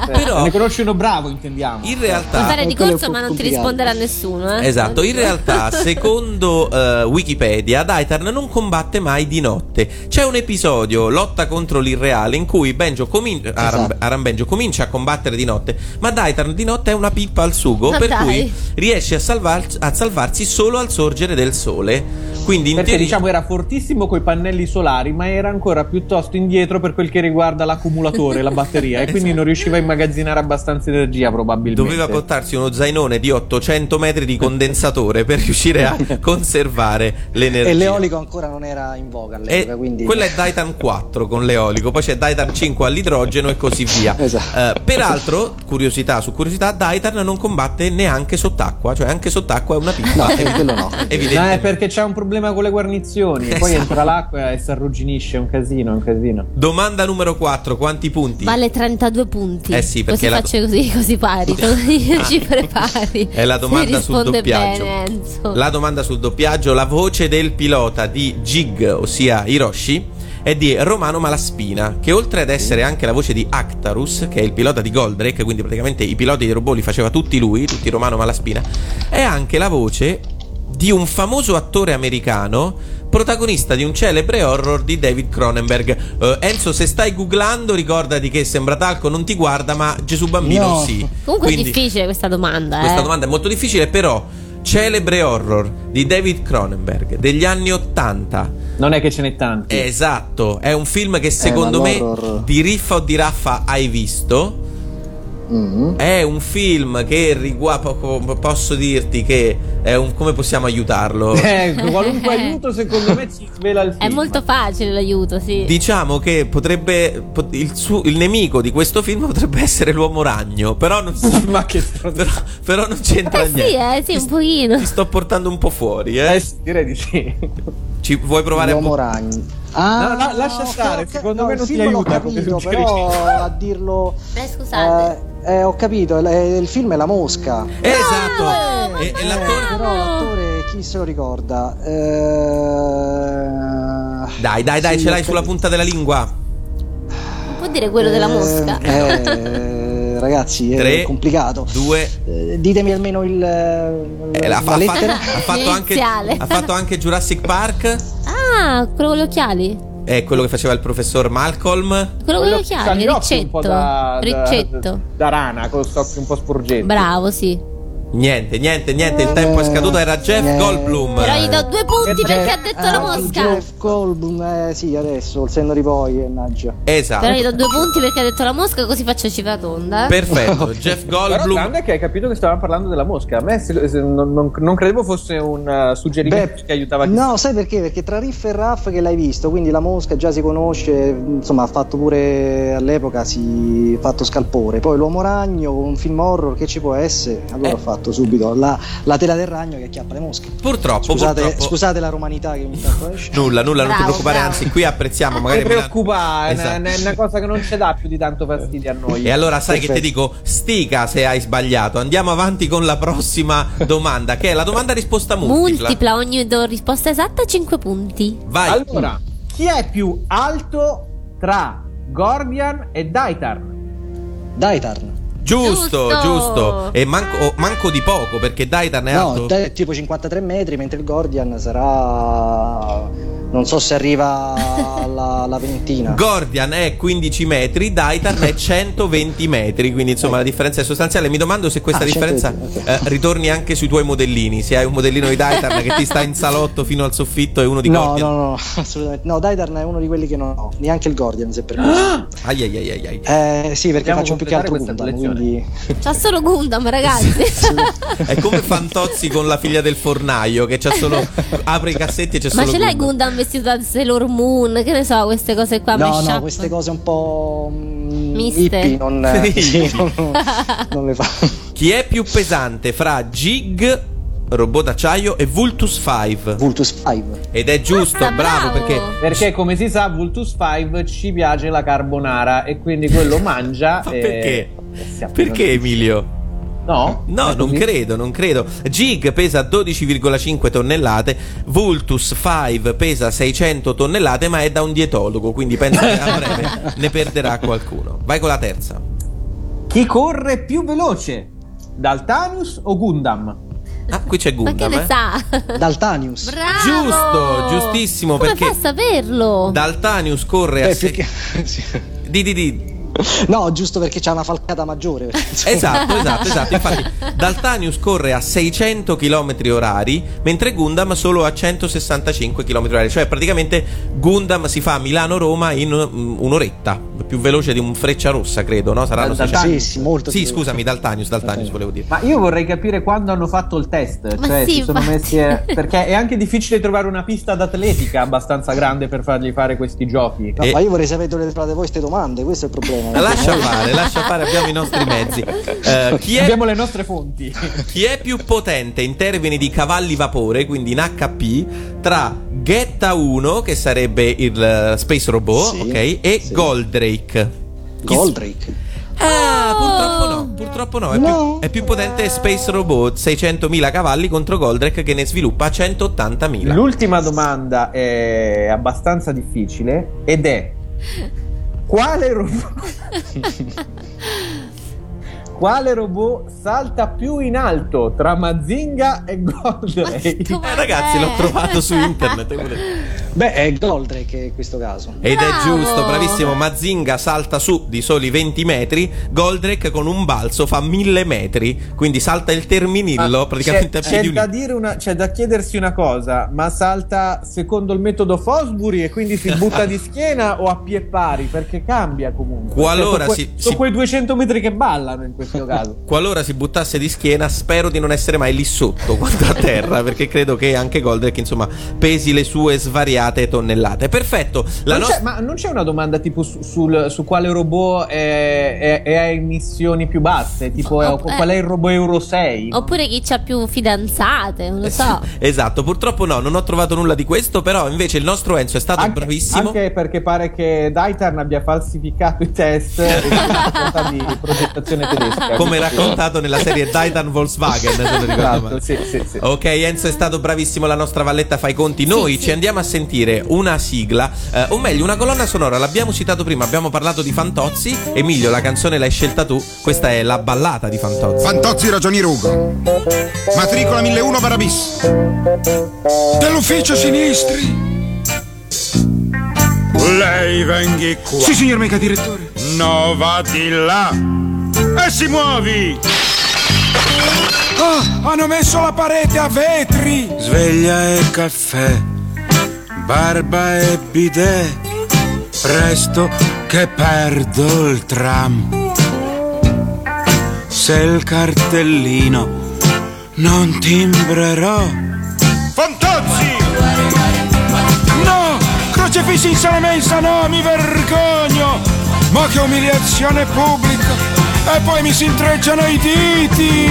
però
Ne conosci uno bravo, intendiamo.
in
Puoi
realtà...
fare
quello
ricorso
fu
ma non ti
complicato.
risponderà nessuno, eh.
Esatto, in realtà secondo eh, Wikipedia Daitarn non combatte mai di notte. C'è un episodio, Lotta contro l'irreale, in cui Benjo comin- Aram-
Esatto.
Arambengio comincia a combattere di notte, ma Daitarn di notte è una pippa al sugo,
Ma
per
dai.
cui riesce a, salvar- a salvarsi solo al sorgere del sole. Quindi in
Perché
teoria-
diciamo era fortissimo coi pannelli solari, ma era ancora piuttosto indietro per quel che riguarda l'accumulatore, la batteria, e quindi non riusciva a immagazzinare abbastanza energia probabilmente.
Doveva portarsi uno zainone di 800 metri di condensatore per riuscire a conservare l'energia.
E l'eolico ancora non era in
Eh.
voga all'epoca,
E
quindi
quella è Daitan 4 con l'eolico, poi c'è Daitan 5 all'idrogeno e così via.
Esatto.
Eh, peraltro, curiosità su curiosità, Daitan non combatte neanche sott'acqua, cioè anche sott'acqua è una pippa.
No, eh, quello no.
Evidente.
No, è perché c'è un problema con le guarnizioni. Poi
Esatto.
entra l'acqua e si arrugginisce. È un casino, è un casino.
Domanda numero 4, quanti punti?
Vale 32 punti.
Eh sì, perché
così
la-
faccio così, così pari, così ci prepari.
È la domanda
Se
sul
risponde
doppiaggio.
Bene, Enzo.
La domanda sul doppiaggio, la voce del pilota di Jig, ossia Hiroshi, è di Romano Malaspina, che oltre ad essere anche la voce di Actarus, che è il pilota di Goldrake, quindi praticamente i piloti dei robot li faceva tutti lui, tutti Romano Malaspina, è anche la voce di un famoso attore americano, protagonista di un celebre horror di David Cronenberg. Eh, Enzo, se stai googlando, ricordati che sembra talco, non ti guarda, ma Gesù Bambino
No.
sì.
Comunque
Quindi-
è difficile questa domanda,
questa
eh.
domanda è molto difficile, però. Celebre horror di David Cronenberg degli anni 80.
Non è che ce n'è tanti.
Esatto, è un film che secondo
ma
me
l'horror-
di riffa o di raffa hai visto.
Mm.
È un film che riguarda. Posso dirti che è un. Come possiamo aiutarlo?
Eh, qualunque aiuto, secondo me, ci svela il
È
film.
molto facile l'aiuto, sì.
Diciamo che potrebbe. pot- Il, suo- il nemico di questo film potrebbe essere l'uomo ragno. Però non, si-
Ma che stronzo.
però, però non c'entra
Eh sì,
niente.
eh, sì,
Ti-
un pochino.
Ti sto portando un po' fuori, eh.
Eh, sì, direi di sì.
Ci vuoi provare a
L'uomo ragno. Ah,
No, la- lascia stare,
ok,
secondo me
il
non ti
film l'ho
aiuta come
capito,
suggerimento.
però a dirlo
Eh, scusate.
eh, eh, ho capito, il, il film è La mosca.
Esatto. E, e l'attore-
però l'attore chi se lo ricorda? Eh,
Dai, dai, dai,
sì,
ce l'hai
ok.
sulla punta della lingua.
Non può dire quello della
Eh,
mosca.
eh, ragazzi, è
3
complicato.
Due.
Eh, Ditemi almeno il
Eh, l'ha-
la,
ha, fatto-
lettera.
ha fatto anche,
Iniziale.
ha fatto anche Jurassic Park.
Ah, quello con gli occhiali.
È quello che faceva il professor Malcolm.
Quello con gli
c'ha
occhiali,
gli occhi un
Riccetto.
po' da, da-
Riccetto.
da rana, con questi occhi un po' sporgenti.
Bravo, sì.
Niente, niente, niente. Il tempo è scaduto. Era Jeff
Eh,
Goldblum.
Però gli do due punti
Jeff-
perché ha detto la
Ah,
mosca.
Jeff Goldblum, eh, sì, adesso, il senno di poi, eh, mannaggia.
Però gli
Esatto.
do due punti perché ha detto la mosca, così faccio cifra tonda.
Perfetto. Jeff
Però
Goldblum.
grande che hai capito che stavamo parlando della mosca. A me se- se- non, non- non credevo fosse un eh, suggerimento
Beh,
che aiutava chi-
No, sai perché? Perché tra Riff e Raff che l'hai visto, quindi la mosca già si conosce, insomma, ha fatto pure all'epoca si ha fatto scalpore. Poi l'uomo ragno, un film horror che ci può essere, allora
Eh.
ho fatto subito la, la tela del ragno che acchiappa le mosche.
Purtroppo,
Scusate,
purtroppo.
scusate la romanità che mi tanto esce.
Nulla, nulla, non ti
Bravo,
preoccupare.
bravo.
Anzi, qui apprezziamo.
Non
Magari
ti preoccupare, è
Esatto.
una- è una cosa che non ci dà più di tanto fastidio a noi.
E allora sai che ti
Perfetto.
dico, stica se hai sbagliato. Andiamo avanti con la prossima domanda, che è la domanda risposta multipla.
Multipla ogni do- risposta esatta 5 punti.
Vai.
Allora, chi è più alto tra Gordian e Daitarn?
Daitarn.
Giusto, giusto.
Giusto.
E manco, oh, manco di poco perché Daitan è
No,
alto.
Dai- è tipo 53 metri, mentre il Gordian sarà... non so se arriva alla, alla ventina.
Gordian è 15 metri, Daitan è 120 metri, quindi insomma la differenza è sostanziale. Mi domando se questa
Ah,
differenza
120,
eh, ritorni anche sui tuoi modellini. Se hai un modellino di Daitan che ti sta in salotto fino al soffitto e uno di
No,
Gordian.
no, no, assolutamente. No, Daidarn è uno di quelli che non ho, neanche il Gordian, se per caso.
Ai ai ai ai ai.
Eh, sì, perché
Dobbiamo
faccio più che altro
completare questa
Gundam,
collezione.
quindi
C'ha solo Gundam, ragazzi.
È come Fantozzi con la figlia del fornaio che c'ha solo. apre i cassetti e c'è
Ma
solo.
ce l'hai
Gundam.
Gundam vestito da Sailor Moon? Che ne so, queste cose qua.
No,
mashup.
no, queste cose un po' mm,
Miste.
hippie non, sì,
Sì.
non, non le fa.
Chi è più pesante fra Jig, robot d'acciaio e Vultus 5?
Vultus 5.
Ed è giusto,
Ah,
bravo,
bravo.
perché
Perché come si sa, Vultus 5 ci piace la carbonara e quindi quello mangia.
Ma
e-
perché?
e si appena-
Perché Emilio?
No?
No,
È
non
così?
credo, non credo. Jig pesa 12,5 tonnellate, Vultus 5 pesa 600 tonnellate, ma è da un dietologo, quindi penso che a breve ne perderà qualcuno. Vai con la terza.
Chi corre più veloce? Daltanus o Gundam?
Ah, qui c'è
Ma che
Gundam.
ne
eh.
sa?
Daltanius.
Bravo!
Giusto, giustissimo,
Come
perché-
fa a saperlo?
Daltanius corre a
Eh,
se-
più che- sì.
Di, di, di.
No, giusto perché c'è una falcata maggiore. perché, insomma,
Esatto, esatto, esatto. Infatti, Daltanius corre a 600 km orari, mentre Gundam solo a 165 km orari. Cioè, praticamente Gundam si fa Milano-Roma in mm, un'oretta, più veloce di un freccia rossa, credo, no? Saranno
Dal-
600.
Sì, sì, molto.
Sì,
più- Ah.
scusami, Daltanius, Daltanius volevo dire.
Ma io vorrei capire quando hanno fatto il test,
Ma
cioè
sì,
si sono
infatti.
messi eh, perché è anche difficile trovare una pista d'atletica abbastanza grande per fargli fare questi giochi.
No,
Eh.
Ma io vorrei sapere dove le trovate voi queste domande, questo è il problema.
Lascia fare, lascia fare, abbiamo i nostri mezzi. Eh, chi, è,
Abbiamo le nostre fonti.
chi è più potente in termini di cavalli vapore, quindi in HP, tra Getta 1, che sarebbe il eh, Space Robot,
Sì,
ok, e
sì.
Goldrake. Chi-
Goldrake.
Ah,
Oh!
purtroppo no, purtroppo no. È,
No.
Più, è più potente Space Robot 600.000 cavalli contro Goldrake che ne sviluppa 180.000.
L'ultima domanda è abbastanza difficile ed è quale robot Quale robot salta più in alto tra Mazinga e Goldrake?
Eh, ragazzi, l'ho trovato su internet. pure.
Beh, è Goldrake in questo caso.
Ed è
Bravo.
giusto, bravissimo. Mazinga salta su di soli 20 metri. Goldrake con un balzo fa 1000 metri. Quindi salta il terminillo
Ah,
praticamente a
c'è,
piedi
c'è, da
uniti.
dire una, c'è da chiedersi una cosa, ma salta secondo il metodo Fosbury e quindi si butta di schiena o a pie pari? Perché cambia comunque. Cioè,
Qualora
sono
si-
sono
si-
quei 200 metri che ballano in questo caso.
Qualora si buttasse di schiena, spero di non essere mai lì sotto quanto a terra, perché credo che anche Goldrake, insomma, pesi le sue svariate tonnellate. Perfetto, la
Non c'è-
nostra.
ma non c'è una domanda tipo su, sul- su quale robot è, è- è a emissioni più basse?
Ah,
Tipo è-
Opp-
eh.
qual è il robot Euro 6?
Oh,
Oppure chi c'ha più fidanzate, non lo so.
Esatto, purtroppo no, non ho trovato nulla di questo, però invece il nostro Enzo è stato
anche,
bravissimo.
anche perché pare che Daitan abbia falsificato i test e si tratta di progettazione tedesca.
Come raccontato nella serie Titan Volkswagen, se non ricordo
Esatto,
male.
sì, sì, sì.
Ok, Enzo è stato bravissimo, la nostra Valletta fa i conti. Noi ci andiamo a sentire una sigla, eh, o meglio, una colonna sonora. L'abbiamo citato prima, abbiamo parlato di Fantozzi. Emilio, la canzone l'hai scelta tu. Questa è la ballata di Fantozzi.
Fantozzi Ragioni Rugo. Matricola 1001 Barabis. Dell'ufficio sinistri.
Lei venghi qua.
Sì, signor mega direttore.
No, va di là. E si muovi!
Ah, hanno messo la parete a vetri.
Sveglia e caffè, barba e bidet. Presto che perdo il tram. Se il cartellino non timbrerò. Fantozzi!
No! Crocefissi in sala mensa, no, mi vergogno! Ma che umiliazione pubblica! E poi mi si intrecciano i diti!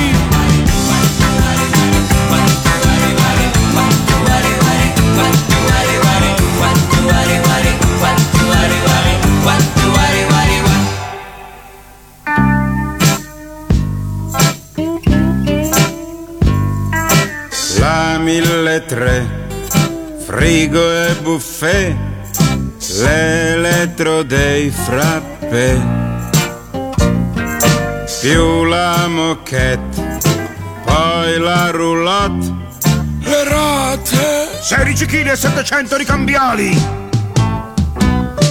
La 1003, frigo e buffet, l'elettro dei frappè. Più la moquette, poi la roulotte.
Le rate!
16.700 ricambiali!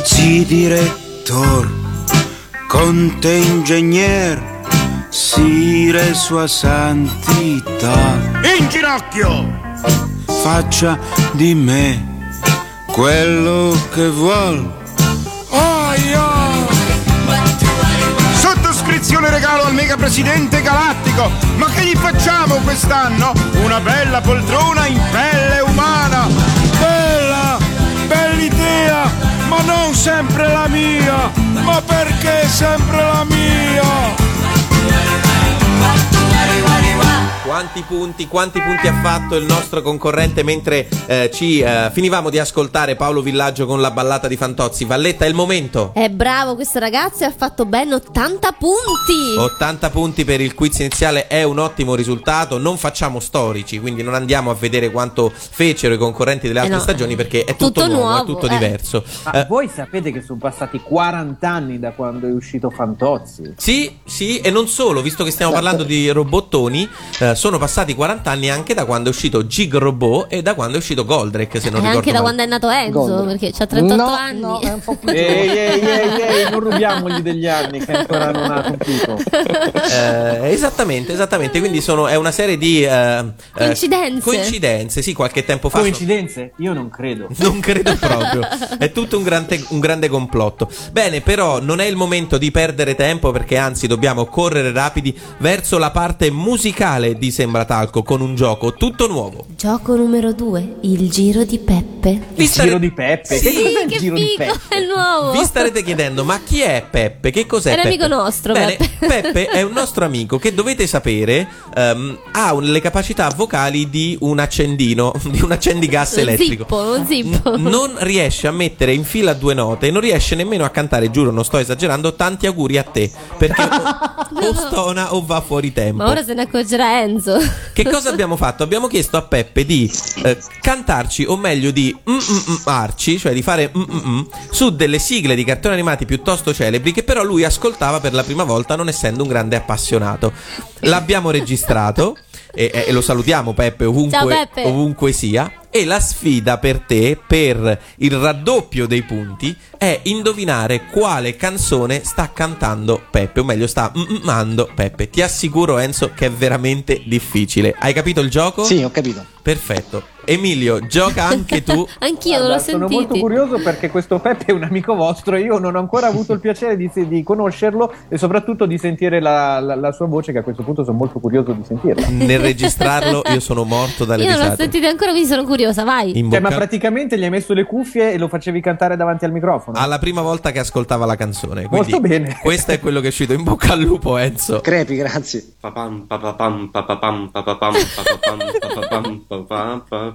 Sì, direttor, conte ingegner, sire sua santità.
In ginocchio!
faccia di me quello che vuol.
Sottoscrizione regalo al mega presidente galattico! Ma che gli facciamo quest'anno? Una bella poltrona in pelle umana! Bella! Bell'idea! Ma non sempre la mia! Ma perché sempre la mia?
Quanti punti, quanti punti ha fatto il nostro concorrente mentre eh, ci eh, finivamo di ascoltare Paolo Villaggio con la ballata di Fantozzi? Valletta, è il momento.
È Eh, bravo questo ragazzo e ha fatto ben 80 punti.
80 punti per il quiz iniziale è un ottimo risultato. Non facciamo storici, quindi non andiamo a vedere quanto fecero i concorrenti delle altre
Eh no.
stagioni perché è tutto,
Tutto
nuovo, è
nuovo,
tutto
eh.
diverso.
Ma voi sapete che sono passati 40 anni da quando è uscito Fantozzi?
Sì, sì, e non solo, visto che stiamo
Esatto.
parlando di robottoni, eh, sono passati 40 anni anche da quando è uscito Gig Robot e da quando è uscito Goldrake, se non
e
ricordo
anche da
male.
quando è nato Enzo,
Gondolo.
perché c'ha 38
No,
anni.
è un po' più
Ehi, ehi, ehi, ehi, non rubiamogli degli anni che ancora non ha compiuto.
Eh, esattamente, esattamente, quindi sono, è una serie di eh, eh,
Coincidenze.
coincidenze, sì, qualche tempo fa.
Coincidenze? Io non credo.
Non credo proprio. È tutto un grande, un grande complotto. Bene, però non è il momento di perdere tempo perché anzi dobbiamo correre rapidi verso la parte musicale di Sembra Talco con un gioco tutto nuovo.
Gioco numero 2, il giro di Peppe.
Vi stare-
Peppe.
Sì, che figo, è nuovo.
Vi starete chiedendo, ma chi è Peppe? Che cos'è
Oh, Era
Peppe?
amico nostro,
Bene,
Peppe.
Peppe è un nostro amico che dovete sapere ehm, ha un- le capacità vocali di un accendino, di un accendigas elettrico. Ah,
Zippo, un zippo.
Non riesce a mettere in fila due note, non riesce nemmeno a cantare, giuro, non sto esagerando. Tanti auguri a te, perché o, o stona o va fuori tempo.
Ma ora se ne accorgerà Enzo.
Che cosa abbiamo fatto? Abbiamo chiesto a Peppe di eh, cantarci, o meglio di mm, arci, cioè di fare mm-mm-mm, su delle sigle di cartoni animati piuttosto celebri che però lui ascoltava per la prima volta non essendo un grande appassionato. L'abbiamo registrato e, e- e lo salutiamo Peppe ovunque,
Ciao, Peppe.
ovunque sia. E la sfida per te, per il raddoppio dei punti, è indovinare quale canzone sta cantando Peppe, o meglio sta mando Peppe. Ti assicuro Enzo che è veramente difficile. Hai capito il gioco?
Sì, ho capito.
Perfetto. Emilio, gioca anche tu.
Anch'io non
Guarda,
l'ho
Sono molto
sentito.
curioso perché questo Peppe è un amico vostro e io non ho ancora avuto il piacere di, di conoscerlo e soprattutto di sentire la, la- la sua voce che a questo punto sono molto curioso di sentirla.
Nel registrarlo io sono morto dalle
Io non l'ho
risate.
sentito ancora, quindi sono curiosa, vai.
In
Cioè,
bocca-
ma praticamente gli hai messo le cuffie e lo facevi cantare davanti al microfono.
Alla prima volta che ascoltava la canzone. Quindi
Molto bene.
Questo è quello che è uscito. In bocca al lupo, Enzo.
Crepi, grazie.
Papam, papapam, papapam, papapam, papapam, papapam, papapam,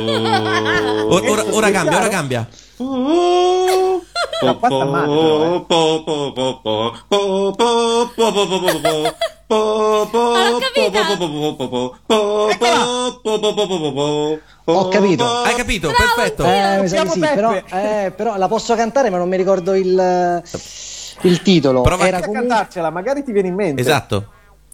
Or- ora, ora cambia, ora cambia.
Uh.
Po, po, po, po, po, po, po, po, po, po, po, po, po, po. Po, po, po, po, po, po, po, po, po, po, po, po, po, po, po.
Ho capito.
Hai capito? Perfetto.
Eh, mi sa di sì,
Siamo
però,
Peppe.
eh, però la posso cantare, ma non mi ricordo il, il titolo.
Prova a
Era
a
comunque-
cantarcela, magari ti viene in mente.
Esatto.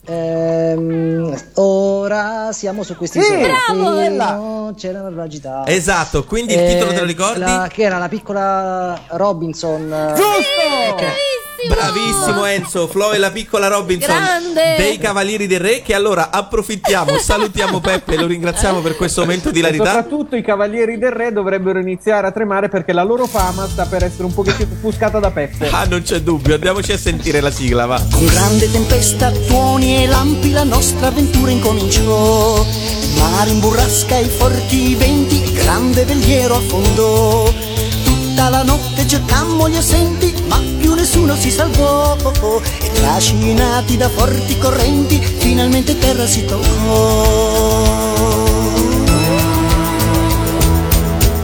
Ehm, ora siamo su questi
Sì,
soli.
bravo,
Qui
Ella.
non c'è la norvagità.
Esatto. Quindi il titolo te lo ricordi?
che era Eh, la piccola Robinson. eh,
Bravissimo Enzo, Flo e la piccola Robinson
Grande.
dei Cavalieri del Re che allora approfittiamo, salutiamo Peppe e lo ringraziamo per questo momento di
E
larità.
soprattutto i cavalieri del re dovrebbero iniziare a tremare perché la loro fama sta per essere un pochettino offuscata da Peppe.
Ah, non c'è dubbio, andiamoci a sentire la sigla, va.
Con grande tempesta, tuoni e lampi la nostra avventura incominciò. Mare in burrasca e forti venti, il grande veliero affondò. Tutta la notte cercammo gli assenti, ma più nessuno si salvò. E trascinati da forti correnti, finalmente terra si toccò.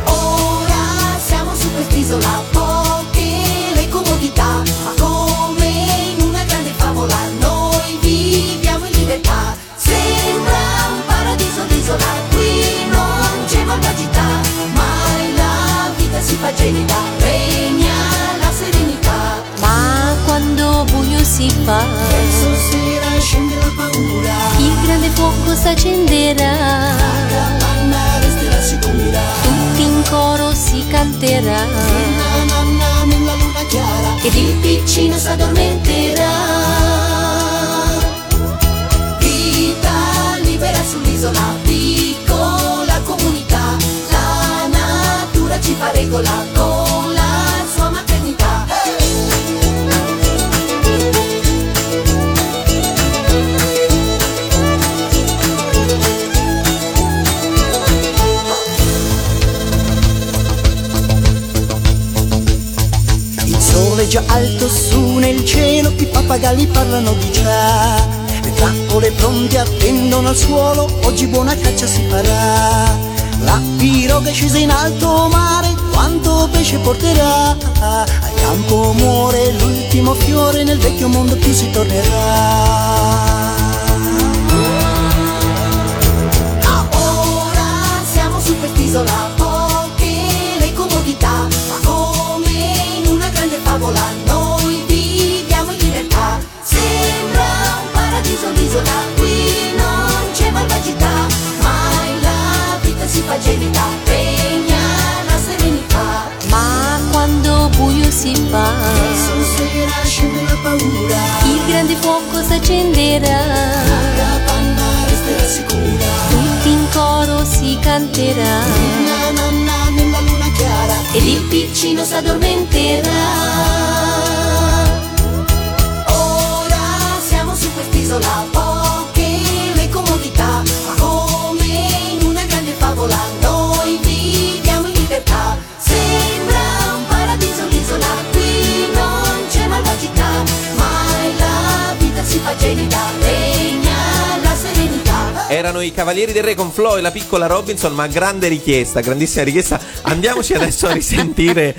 Ora siamo su quest'isola, poche le comodità, ma come in una grande favola noi viviamo in libertà. Sembra un paradiso d'isola, qui non c'è malvagità, mai la vita si fa gelida, regna la serenità.
Ma quando buio si fa,
Verso sera scende la paura,
il grande fuoco s'accenderà,
la capanna resterà sicura,
tutti in coro si canterà,
la nanna nella luna chiara,
ed il
piccino s'addormenterà. Vita libera sull'isola, piccola comunità, la natura ci fa regola con la sua maternità.
Galleggia alto su nel cielo, i pappagalli parlano di già. Le trappole pronte attendono al suolo, oggi buona caccia si farà. La piroga è scesa in alto mare, quanto pesce porterà. Al campo muore l'ultimo fiore, nel vecchio mondo più si tornerà.
Ora siamo su quest'isola, poche le comodità, ma come in una grande favola noi viviamo in libertà. Sembra un paradiso l'isola, qui non c'è malvagità, mai la vita si fa gelida, regna la serenità.
Ma quando buio si fa
scende la paura
Il grande fuoco s'accenderà La
capanna resterà sicura
Tutti in coro si canterà
Na na na nella luna chiara
E il piccino
s'addormenterà Ora siamo su quest'isola poche le comodità, ma come in una grande favola noi viviamo in libertà. Sembra un paradiso l'isola, qui non c'è malvagità, mai la vita si fa gelida, regna la serenità.
Erano i Cavalieri del Re con Flo e la piccola Robinson, ma grande richiesta, grandissima richiesta. Andiamoci adesso a risentire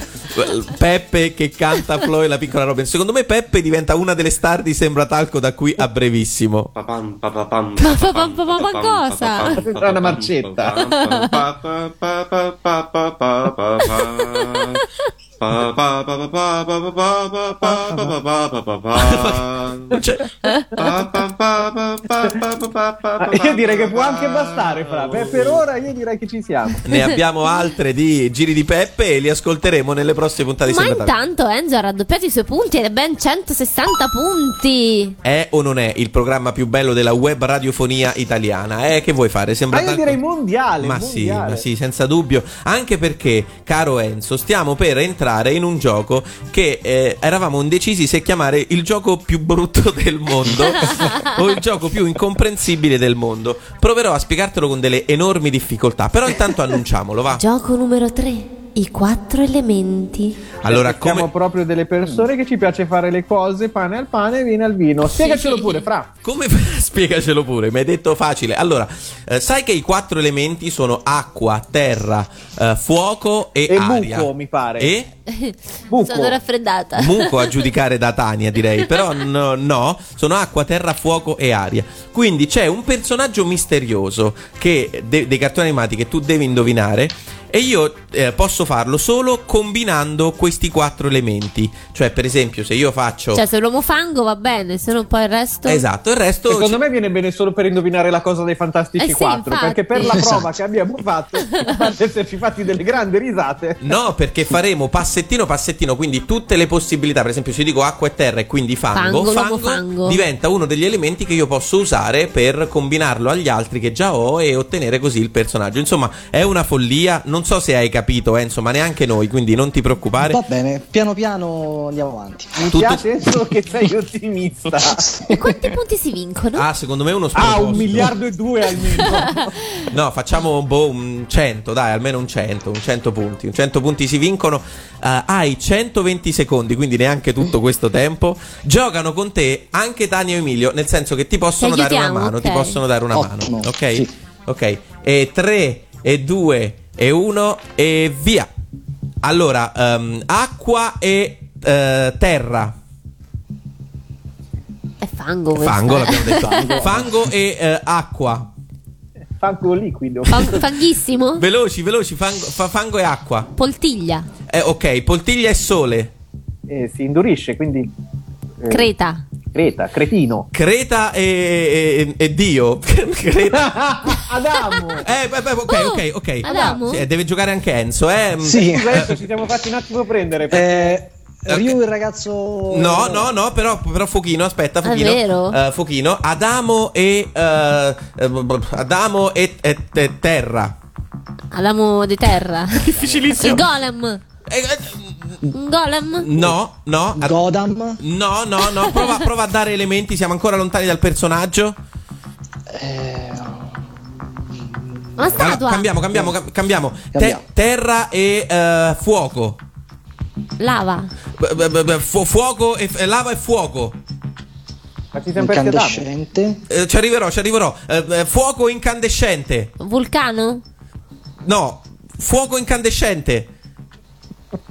Peppe che canta Flo e la piccola Robinson. Secondo me Peppe diventa una delle star di Sembra Talco da qui a brevissimo.
Ma, ma, ma, ma- ma cosa?
Sembra una marcetta.
Ah, cioè,
Ah, Io direi che può anche bastare, Fra. Beh, per ora io direi che ci siamo.
Ne abbiamo altre di giri di Peppe e li ascolteremo nelle prossime puntate di
Ma
Sembra Talco.
intanto Enzo ha raddoppiato i suoi punti ed è ben 160 punti.
È o non è il programma più bello della web radiofonia italiana? Eh, che vuoi fare? Sembra
Ma io direi mondiale.
Ma sì,
mondiale.
ma sì, senza dubbio. Anche perché, caro Enzo, stiamo per entrare in un gioco che eh, eravamo indecisi se chiamare il gioco più brutto del mondo o il gioco più incomprensibile del mondo. Proverò a spiegartelo con delle enormi difficoltà, però intanto annunciamolo, va.
Gioco numero 3. I quattro elementi.
Allora,
Siamo
come,
proprio delle persone che ci piace fare le cose, pane al pane, vino al vino. Spiegacelo pure, Fra.
Come spiegacelo pure, mi hai detto facile. Allora, eh, sai che i quattro elementi sono acqua, terra, eh, fuoco e,
E
aria.
buco, mi pare.
E
Sono raffreddata.
Muco a giudicare da Tania, direi. Però no, no, sono acqua, terra, fuoco e aria. Quindi c'è un personaggio misterioso che- de- dei cartoni animati che tu devi indovinare. E io eh, posso farlo solo combinando questi quattro elementi. Cioè, per esempio, se io faccio.
Cioè, se l'uomo fango va bene, se no poi il resto.
Esatto, il resto.
Secondo me viene bene solo per indovinare la cosa dei Fantastici
Eh sì,
4,
infatti.
perché per la
Esatto.
prova che abbiamo fatto, a parte esserci fatti delle grandi risate,
No, perché faremo passettino passettino, quindi tutte le possibilità. Per esempio, se io dico acqua e terra e quindi fango,
Fango, l'uomo fango.
diventa uno degli elementi che io posso usare per combinarlo agli altri che già ho e ottenere così il personaggio. Insomma, è una follia. Non so se hai capito, Enzo, ma neanche noi, quindi non ti preoccupare.
Va bene, piano piano andiamo avanti.
mi
Tutto-
piace solo che sei ottimista.
Quanti punti si vincono?
Ah, secondo me è uno
Ah, un
sproposito.
miliardo e due al meno.
No, facciamo boh, un 100, dai, almeno un 100, un 100 punti. Un 100 punti si vincono. Eh, hai 120 secondi, quindi neanche tutto questo tempo. Giocano con te anche Tania e Emilio, nel senso che ti possono
Ti
dare una
aiutiamo,
mano, ti
ok.
possono dare una
Ottimo,
mano, ok?
sì.
Ok. E 3 e 2 e 1 e via. Allora, ehm, acqua e eh, terra.
È fango questo.
Fango,
eh.
l'abbiamo detto. Fango e eh, acqua.
Fango liquido.
Fan- fanghissimo?
Veloci, veloci, fango, fa- fango e acqua.
Poltiglia.
Eh, ok, poltiglia e sole.
Eh, si indurisce, quindi... eh,
Creta.
Creta, cretino.
Creta e, e- e Dio. Creta.
Adamo!
Eh, beh, beh, ok,
Oh,
ok, ok.
Adamo?
Sì, eh, deve giocare anche Enzo, eh.
Sì.
Adesso ci siamo fatti un attimo prendere. perché
Eh, Ryu il ragazzo...
No, no, no, però, però Fuchino, aspetta, Fuchino.
Ah, vero?
Eh, Fuchino, Adamo e... eh, eh, b- b- Adamo e, e- e Terra.
Alamo di terra.
Difficilissimo.
Il golem.
Eh, eh,
Un golem.
no, no. Ad-
Godam.
no, no, no. Prova, prova a dare elementi, siamo ancora lontani dal personaggio.
Una
Allora,
statua.
cambiamo, cambiamo, cam- cambiamo. Te-
Cambiamo.
terra e eh, fuoco.
Lava.
b- b- b- fu- fuoco e f- e lava e fuoco.
Fatti
Incandescente.
Eh, ci arriverò, ci arriverò. Eh, eh, fuoco incandescente.
Vulcano?
No, fuoco incandescente.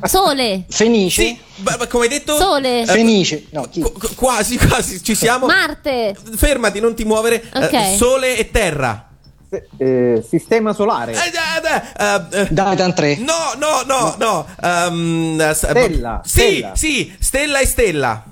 Sole?
Fenice?
Sì, b- b- come hai detto?
Sole.
Eh,
Fenice. No, chi?
qu- qu- quasi, quasi, ci siamo.
Marte?
Fermati, non ti muovere. Eh,
Ok.
sole e terra.
Eh, sistema solare.
Eh, eh, eh, eh,
Davidan 3.
No, no, no, no. Ehm, eh, s-
Stella,
Sì,
stella.
sì, stella e stella.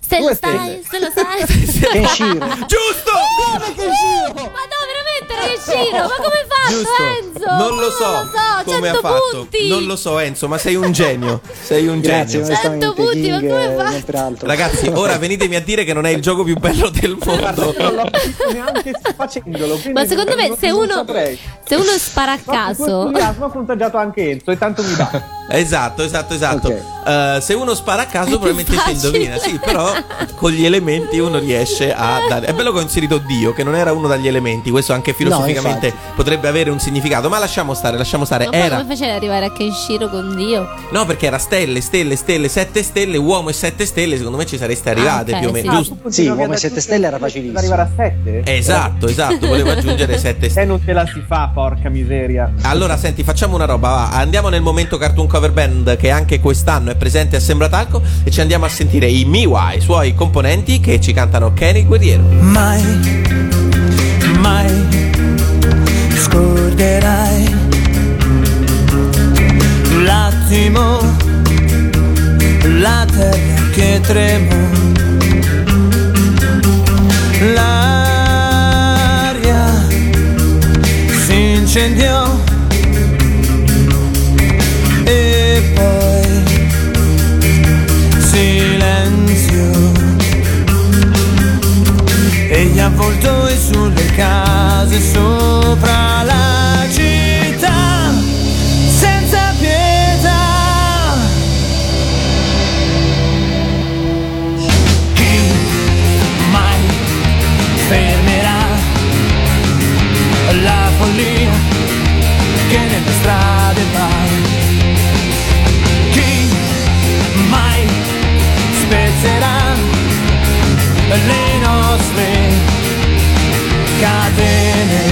Stella
Due
stai?
stelle.
Stella stai?
Kenshiro.
Giusto!
Ma no, veramente era Riescino! Ma come hai fatto, Enzo?
Non lo so.
Ma Non lo so,
come ha
100
fatto.
punti!
Non lo so, Enzo, ma sei un genio. Sei un
Grazie,
genio.
onestamente.
Cento punti, ma
King,
come
eh,
fai?
non peraltro.
Ragazzi, ora venitemi a dire che non è il gioco più bello del mondo.
Non l'ho visto neanche facendolo. quindi
Ma secondo me
non-
se
non
uno,
saprei.
se uno spara a
Ma questo
caso...
entusiasmo ha contagiato anche Enzo e tanto mi dà.
Esatto, esatto, esatto. Eh, se uno spara a caso,
più
probabilmente si
facile.
indovina. Sì, però con gli elementi uno riesce a dare. È bello che ho inserito Dio, che non era uno dagli elementi. Questo anche filosoficamente potrebbe avere un significato. Ma lasciamo stare, lasciamo stare.
Ma poi
Era.
come faceva ad arrivare a Kenshiro con Dio?
No, perché era stelle, stelle, stelle, sette stelle, uomo e sette stelle. Secondo me ci sareste arrivate
Ah, ok,
più o meno.
sì.
Giusto?
Sì, uomo e sette stelle era facilissimo.
Arrivare a 7?
Esatto, esatto. Volevo aggiungere sette
Eh,
stelle.
non te la si fa, porca miseria.
Allora, senti, facciamo una roba. Va. Andiamo nel momento Cartoon Cover Band che anche quest'anno è presente a Sembratalco e ci andiamo a sentire i Miwa, i suoi componenti che ci cantano Kenny Guerriero.
Mai, mai scorderai l'attimo, la terra che tremo, l'aria si incendiò e poi silenzio e gli avvoltoi sulle case sopra la città senza pietà chi mai fermerà la follia che nelle strade va chi mai spezzerà le nostre catene.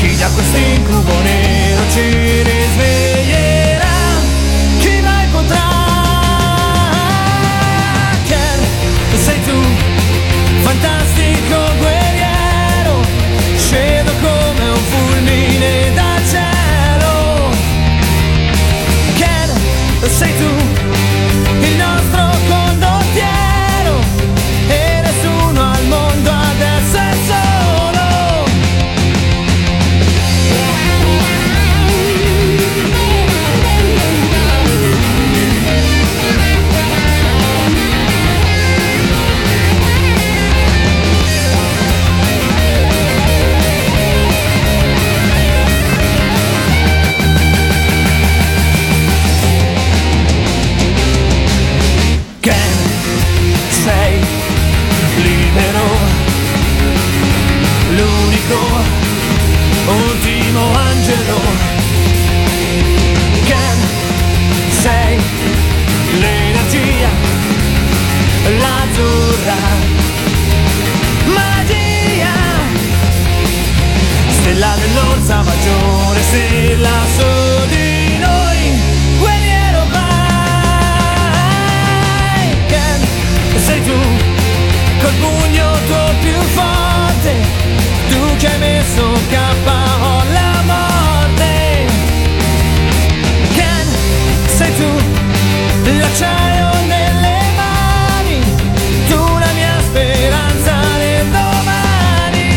Chi da quest'incubo nero ci risveglierà, chi mai potrà? Ken, sei tu, fantastico guerriero, scedo come un fulmine dal cielo. Ken, sei tu, il nostro condottiero e nessuno al mondo adesso è solo Ken, sei libero, l'unico, ultimo angelo. Ken, sei l'energia, l'azzurra, magia. Stella dell'orsa maggiore, stella su di noi, guerriero vai. Ken, sei tu, col pugno tuo più forte, tu che hai messo KO la morte. Ken, sei tu, l'acciaio nelle mani, tu la mia speranza nel domani.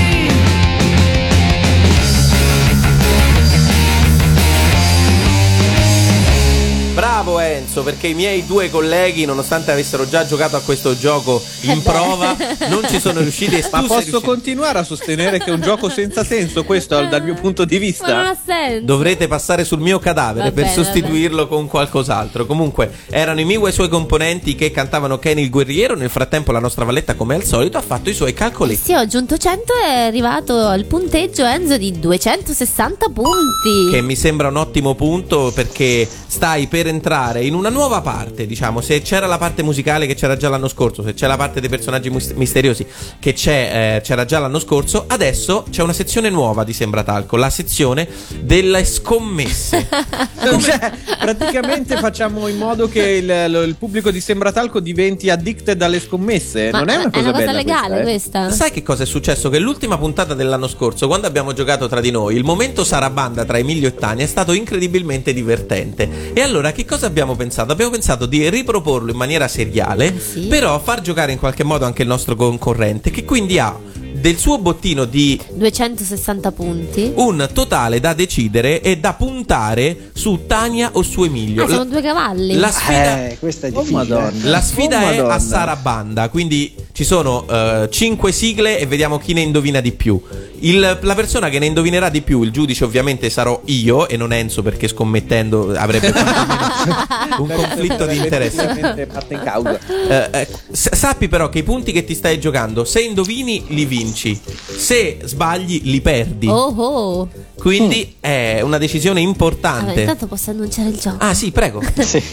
Bravo Enzo, perché i miei due colleghi, nonostante avessero già giocato a questo gioco in prova, non ci sono riusciti e
Ma
tu sei
posso
riuscito.
continuare a sostenere che è un gioco senza senso, questo al- dal mio punto di
Ma non
vista?
ha senso.
Dovrete passare sul mio cadavere
Va
per
bene,
sostituirlo con qualcos'altro. Comunque, erano i Miwa e i suoi componenti che cantavano Kenny il guerriero. Nel frattempo, la nostra Valletta, come al solito, ha fatto i suoi calcoli.
Sì, ho aggiunto 100 e è arrivato al punteggio Enzo di 260 punti.
Che mi sembra un ottimo punto perché stai per entrare andare in una nuova parte, diciamo, se c'era la parte musicale che c'era già l'anno scorso, se c'è la parte dei personaggi mus- misteriosi che c'è, eh, c'era già l'anno scorso, adesso c'è una sezione nuova di Sembra Talco, la sezione delle scommesse.
Cioè, praticamente facciamo in modo che il, lo- il pubblico di Sembratalco diventi addicted alle scommesse.
Ma
non è una cosa, bella eh.
legale questa.
eh? Sai che cosa è successo? Che l'ultima puntata dell'anno scorso, quando abbiamo giocato tra di noi, il momento sarabanda tra Emilio e Tania è stato incredibilmente divertente. E allora che cosa abbiamo pensato? Abbiamo pensato di riproporlo in maniera seriale,
Eh
però far giocare in qualche modo anche il nostro concorrente, che quindi ha del suo bottino di
260 punti.
un totale da decidere e da puntare su Tania o su Emilio.
Ah, sono
La-
due cavalli.
la sfida-
Eh,
questa è
difficile. Madonna.
Eh, la sfida
Oh,
è
Madonna.
a Sarabanda, quindi ci sono 5 sigle e vediamo chi ne indovina di più. Il- la persona che ne indovinerà di più, il giudice ovviamente sarò io e non Enzo perché scommettendo avrebbe fatto un conflitto di interesse.
Veramente parte in causa.
Eh, eh, s- sappi però che i punti che ti stai giocando, se indovini li vinci, se sbagli li perdi.
Oh oh.
Quindi è una decisione
Ah,
Allora,
importante.
intanto posso annunciare il gioco.
Ah sì, prego.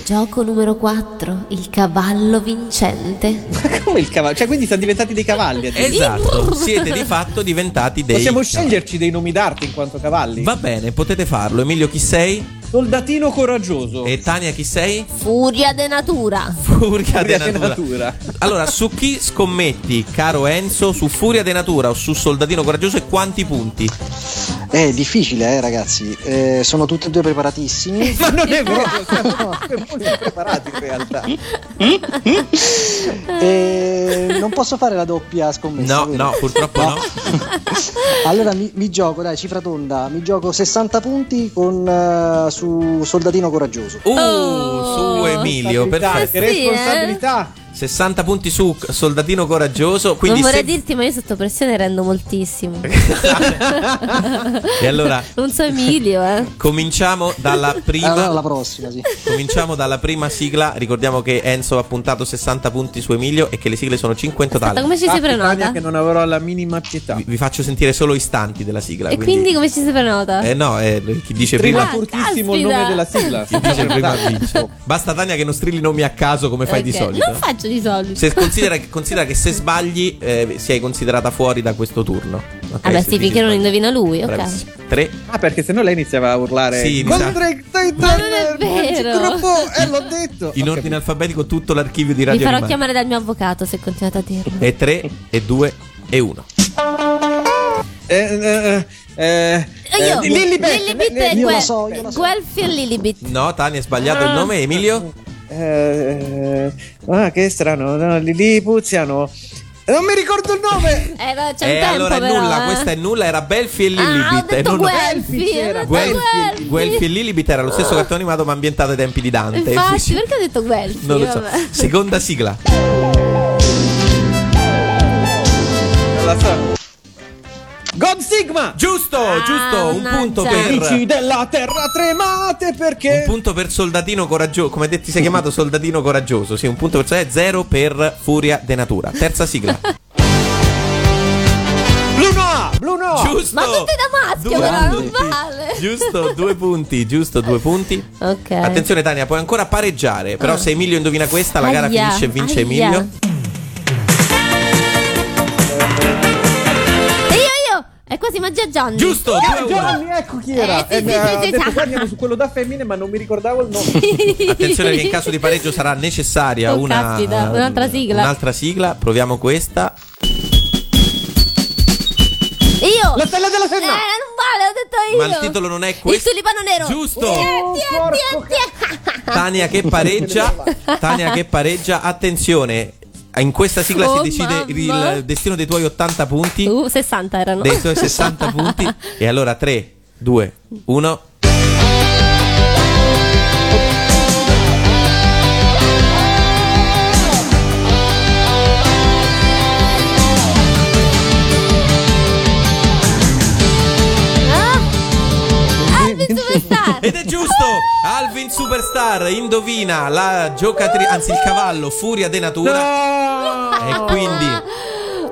Gioco numero 4, il cavallo vincente.
Come il cavallo? Cioè, quindi siamo diventati dei cavalli. addirittura.
Esatto, siete di fatto diventati dei Eh.
Possiamo sceglierci dei nomi d'arte in quanto cavalli.
Va bene, potete farlo. Emilio chi sei?
Soldatino coraggioso.
E Tania chi sei?
Furia de natura.
Furia de
de
Natura. Allora, su chi scommetti, caro Enzo? Su Furia de Natura o su Soldatino Coraggioso e quanti punti?
È difficile, eh, ragazzi. Eh, sono tutti e due preparatissimi.
Ma non è vero, siamo molto preparati in realtà.
Eh, non posso fare la doppia scommessa.
No,
vero?
no, purtroppo no.
Allora mi, mi gioco, dai, cifra tonda. Mi gioco 60 punti con, eh, su Soldatino Coraggioso.
Uh, su Emilio, perfetto.
che Oh. Sì, eh. responsabilità.
60 punti su Soldatino Coraggioso. Quindi
non vorrei
se-
dirti, ma io sotto pressione rendo moltissimo.
E allora
non so Emilio, eh.
cominciamo dalla prima.
Allora la prossima, sì.
Cominciamo dalla prima sigla. Ricordiamo che Enzo ha puntato 60 punti su Emilio e che le sigle sono 5 in totale.
Aspetta, come ci si
Infatti,
prenota?
Tania, Ah, che non avrò la minima pietà.
Vi- Vi faccio sentire solo istanti della sigla.
E quindi come ci si prenota?
Eh no, eh, chi dice
Trina
prima.
fortissimo il
caspita.
nome della sigla.
chi dice prima vince. Basta Tania che non strilli nomi a caso come fai di
Ok,
solito.
Non faccio di solito.
Se considera, considera che se sbagli eh, sei considerata fuori da questo turno. Ok,
Vabbè,
se
sì,
dici
finché non
sbagli.
indovina lui, ok.
Bravissimo. Tre.
Ah, perché sennò lei iniziava a urlare.
Sì, mi sa-
Goldrake, dai,
Ma non è
dai, mangi
vero.
troppo. Eh, l'ho detto.
In ordine alfabetico tutto l'archivio di
Mi
Radio
farò
Animati.
chiamare dal mio avvocato se continuate a dirlo.
E 3, e 2, e 1.
Eh, eh, eh,
E
eh,
io,
Lilibet.
Lilibet e
Io la
Guel-
so, io la so.
Guelfi e Lilibet.
No, Tania, hai sbagliato il nome, Emilio?
Eh, eh, ah, che strano. No, li, li puzziano. Eh, Non mi ricordo il nome.
Eh, ma c'è
E
un tempo
allora è
però,
nulla,
eh.
questa è nulla, era Belfi e Lilibit.
Ah, ho
e
detto
non-
Guelfi,
era
ho detto
Guelfi,
Guelfi.
Guelfi e Lilibit era lo stesso
Ah.
cartone animato ma ambientato ai tempi di Dante.
Infatti, perché ho detto Guelfi?
Non lo so.
Vabbè.
Seconda sigla.
Non la so. God Sigma.
Giusto,
Ah,
Oh, giusto, un
mannaggia.
punto
Dici
per
della terra tremate
un
perché.
punto per soldatino coraggioso, come detto, ti sei chiamato soldatino coraggioso, sì, un punto per sé, zero per furia de natura. Terza sigla.
Blu Noir. Blu Noir.
giusto!
Ma tutti da maschio,
Due
però non
punti.
vale.
Giusto, due punti, giusto, due punti.
Ok. Ah.
Attenzione Tania, puoi ancora pareggiare, però se Emilio indovina questa la gara
Aia,
finisce e vince
aia.
Emilio.
E io, io! È quasi magia Gianni.
Giusto,
Ah,
2 a 1.
Gianni, ecco chi era.
Eh, sì,
Eh,
sì,
mi
sì,
ha
sì,
detto,
sì.
"Guardi, ero su quello da femmine, ma non mi ricordavo il nome.
Attenzione che in caso di pareggio sarà necessaria
Oh,
una,
caspita, un'altra sigla.
Un'altra sigla, proviamo questa.
Io!
La stella della
Eh, non
Senna.
vale, ho detto io.
Ma il titolo non è questo.
Il tulipano nero.
Giusto. Oh,
Yeah, yeah, yeah, yeah.
Tania che pareggia. Tania che pareggia. Attenzione, in questa sigla
Oh,
si decide
mamma.
il destino dei tuoi 80 punti,
Uh, 60 erano.
dei tuoi 60 punti. E allora 3, 2, 1.
Ah, Elvis Superstar.
Ed è giusto! Alvin Superstar indovina la giocatrice, anzi il cavallo Furia de Natura. E quindi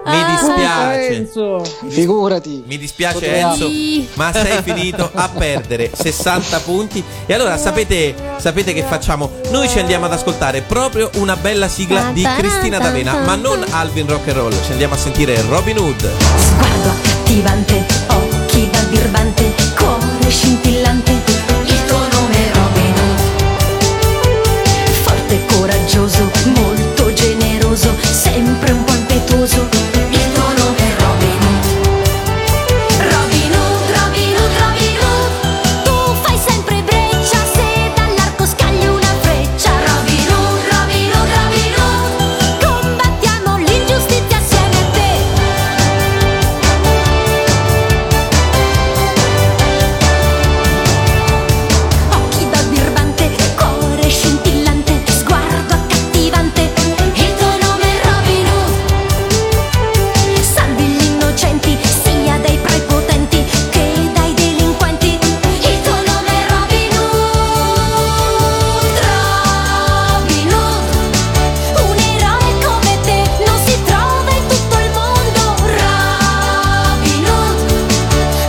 Ah.
Mi dispiace.
Enzo.
Figurati.
Mi dispiace Enzo, ma sei finito a perdere 60 punti. E allora sapete, sapete che facciamo? Noi ci andiamo ad ascoltare proprio una bella sigla di Cristina D'Avena, ma non Alvin Rock and Roll. Ci andiamo a sentire Robin Hood.
Sguardo accattivante, occhi da birbante, cuore scintillante. Il tuo nome è Robin Hood. Forte e coraggioso, molto generoso, sempre un po' impetuoso. Il tuo nome è Robin Hood. Robin Hood, Robin Hood, Robin Hood. Tu fai sempre breccia se dall'arco scagli una freccia. Robin Hood, Robin Hood, Robin Hood. Combattiamo l'ingiustizia assieme a te. Occhi da birbante, cuore scintillante, sguardo accattivante. Il tuo nome è Robin Hood. Salvi gli innocenti, sia dai prepotenti che dai delinquenti. Il tuo nome è Robin Hood. Robin Hood. Un eroe come te non si trova in tutto il mondo. Robin Hood.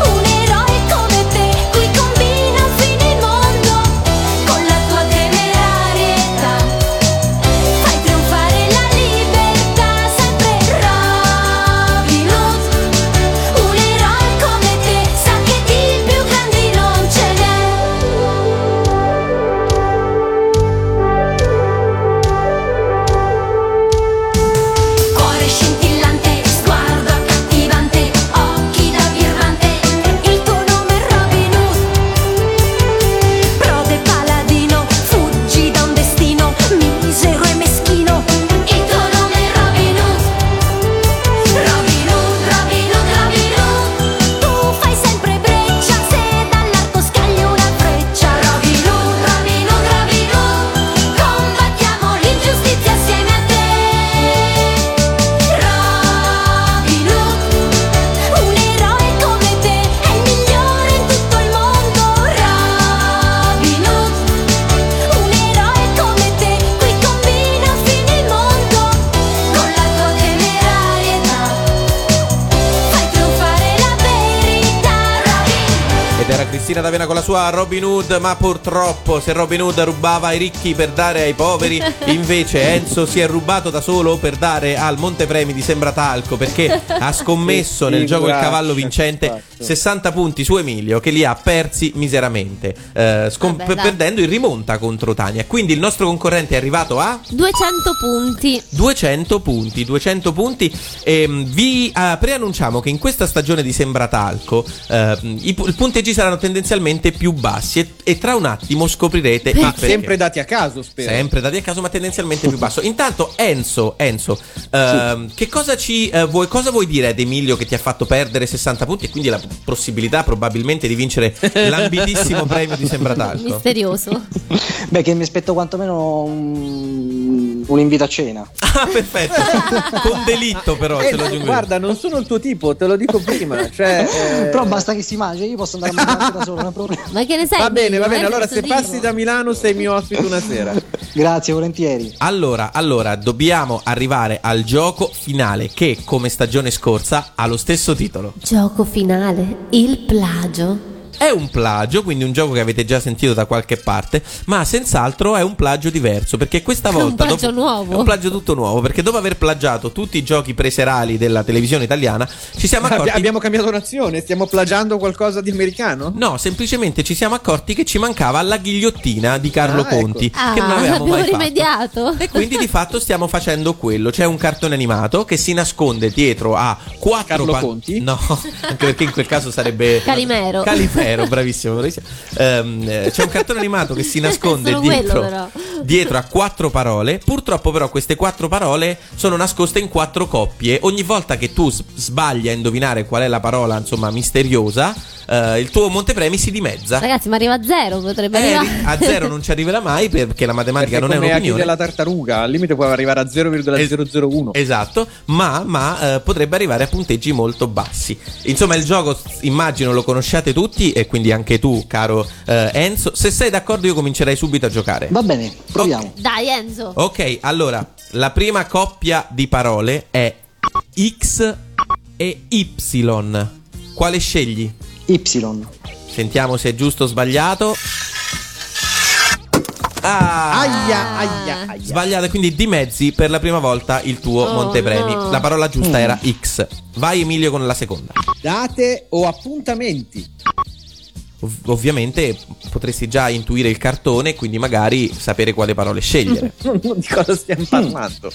Un eroe come te qui combina fino in mondo con la tua temerarietà. Fai trionfare la libertà sempre Robin Hood. Un eroe come te sa che di più grandi non ce n'è. Cuore scintillante, sguardo accattivante, occhi da birmante. Il tuo nome è Robin Hood. Prode paladino, fuggi da un destino misero e meschino. Il tuo nome è Robin Hood. Robin Hood, Robin Hood, Robin Hood. Tu fai sempre breccia se dall'arco scagli una freccia. Robin Hood, Robin Hood, Robin Hood. Combattiamo l'ingiustizia assieme a te. Robin Hood, un eroe come te è il migliore in tutto il mondo. Robin Hood, un eroe come te qui combina fino in mondo con la tua temerarietà. Fai trionfare la verità, Robin
Ed era Cristina D'Avena con la sua Robin Hood, ma purtroppo se Robin Hood rubava ai ricchi per dare ai poveri, invece Enzo si è rubato da solo per dare al Montepremi di Sembratalco perché ha scommesso
Che
nel gioco il
figuraccia
cavallo
esatto.
vincente 60 punti su Emilio che li ha persi miseramente, eh, scom-
Vabbè, dai.
perdendo in rimonta contro Tania. Quindi il nostro concorrente è arrivato a
200 punti.
200 punti, 200 punti. Ehm, vi eh, preannunciamo che in questa stagione di Sembratalco ehm, i, pu- i punteggi saranno tendenzialmente più bassi e, e tra un attimo scoprirete il
Ma
perché.
sempre dati a caso, spero.
Sempre dati a caso, ma tendenzialmente più basso. Intanto, Enzo, Enzo ehm, che cosa ci eh, vuoi, cosa vuoi dire ad Emilio che ti ha fatto perdere 60 punti e quindi la possibilità probabilmente di vincere l'ambitissimo premio di Sembratalco?
Misterioso.
Beh, che mi aspetto quantomeno un, un invito a cena.
Ah, perfetto. Con delitto, però,
Eh,
se lo aggiungo io.
guarda, non sono il tuo tipo, te lo dico prima. Cioè, eh,
Però basta che si mangia, io posso andare a mangiare anche da solo, non è un problema.
Ma che ne sai?
Va bene,
Emilio,
va bene.
eh,
Allora,
posso
se
dirlo?
passi da Milano, sei mio ospite una sera.
Grazie, volentieri.
Allora, allora, dobbiamo arrivare al gioco finale che, come stagione scorsa, ha lo stesso titolo.
Gioco finale, il plagio.
È un plagio, quindi un gioco che avete già sentito da qualche parte, ma senz'altro è un plagio diverso, perché questa volta...
plagio nuovo.
È un plagio tutto nuovo, perché dopo aver plagiato tutti i giochi preserali della televisione italiana, ci siamo
Abbi-
accorti...
abbiamo cambiato nazione, stiamo plagiando qualcosa di americano?
No, semplicemente ci siamo accorti che ci mancava la ghigliottina di Carlo
Ah, ecco.
Conti,
Ah,
che non avevamo
abbiamo
mai fatto.
rimediato.
E quindi di fatto stiamo facendo quello. C'è un cartone animato che si nasconde dietro a quattro
Carlo
pa-
Conti?
No, anche perché in quel caso sarebbe
Calimero.
Califero, bravissimo. bravissimo. Ehm, eh, c'è un cartone animato che si nasconde
Solo quello,
dietro,
però.
dietro a quattro parole. Purtroppo, però, queste quattro parole sono nascoste in quattro coppie. Ogni volta che tu s- sbagli a indovinare qual è la parola, insomma, misteriosa, eh, il tuo montepremi si dimezza.
Ragazzi, ma arriva a zero, potrebbe
Eh,
arrivare.
a zero non ci arriverà mai perché la matematica
Perché
non è
come Achille
un'opinione.
della tartaruga, al limite può arrivare a 0,001.
Esatto, ma, ma, eh, potrebbe arrivare a punteggi molto bassi. Insomma, il gioco s- immagino lo conosciate tutti e quindi anche tu, caro eh, Enzo. Se sei d'accordo, io comincerei subito a giocare.
Va bene, proviamo.
Oh,
Dai, Enzo.
Ok, allora, la prima coppia di parole è X e Y. Quale scegli?
Y.
Sentiamo se è giusto o sbagliato. Ah,
Aia, aia, aia.
sbagliato, quindi dimezzi per la prima volta il tuo
Oh,
Montepremi.
no.
La parola giusta
Mm.
era X. Vai Emilio con la seconda.
Date o appuntamenti?
Ov- ovviamente potresti già intuire il cartone, quindi magari sapere quale parole scegliere. Mm.
di cosa stiamo parlando?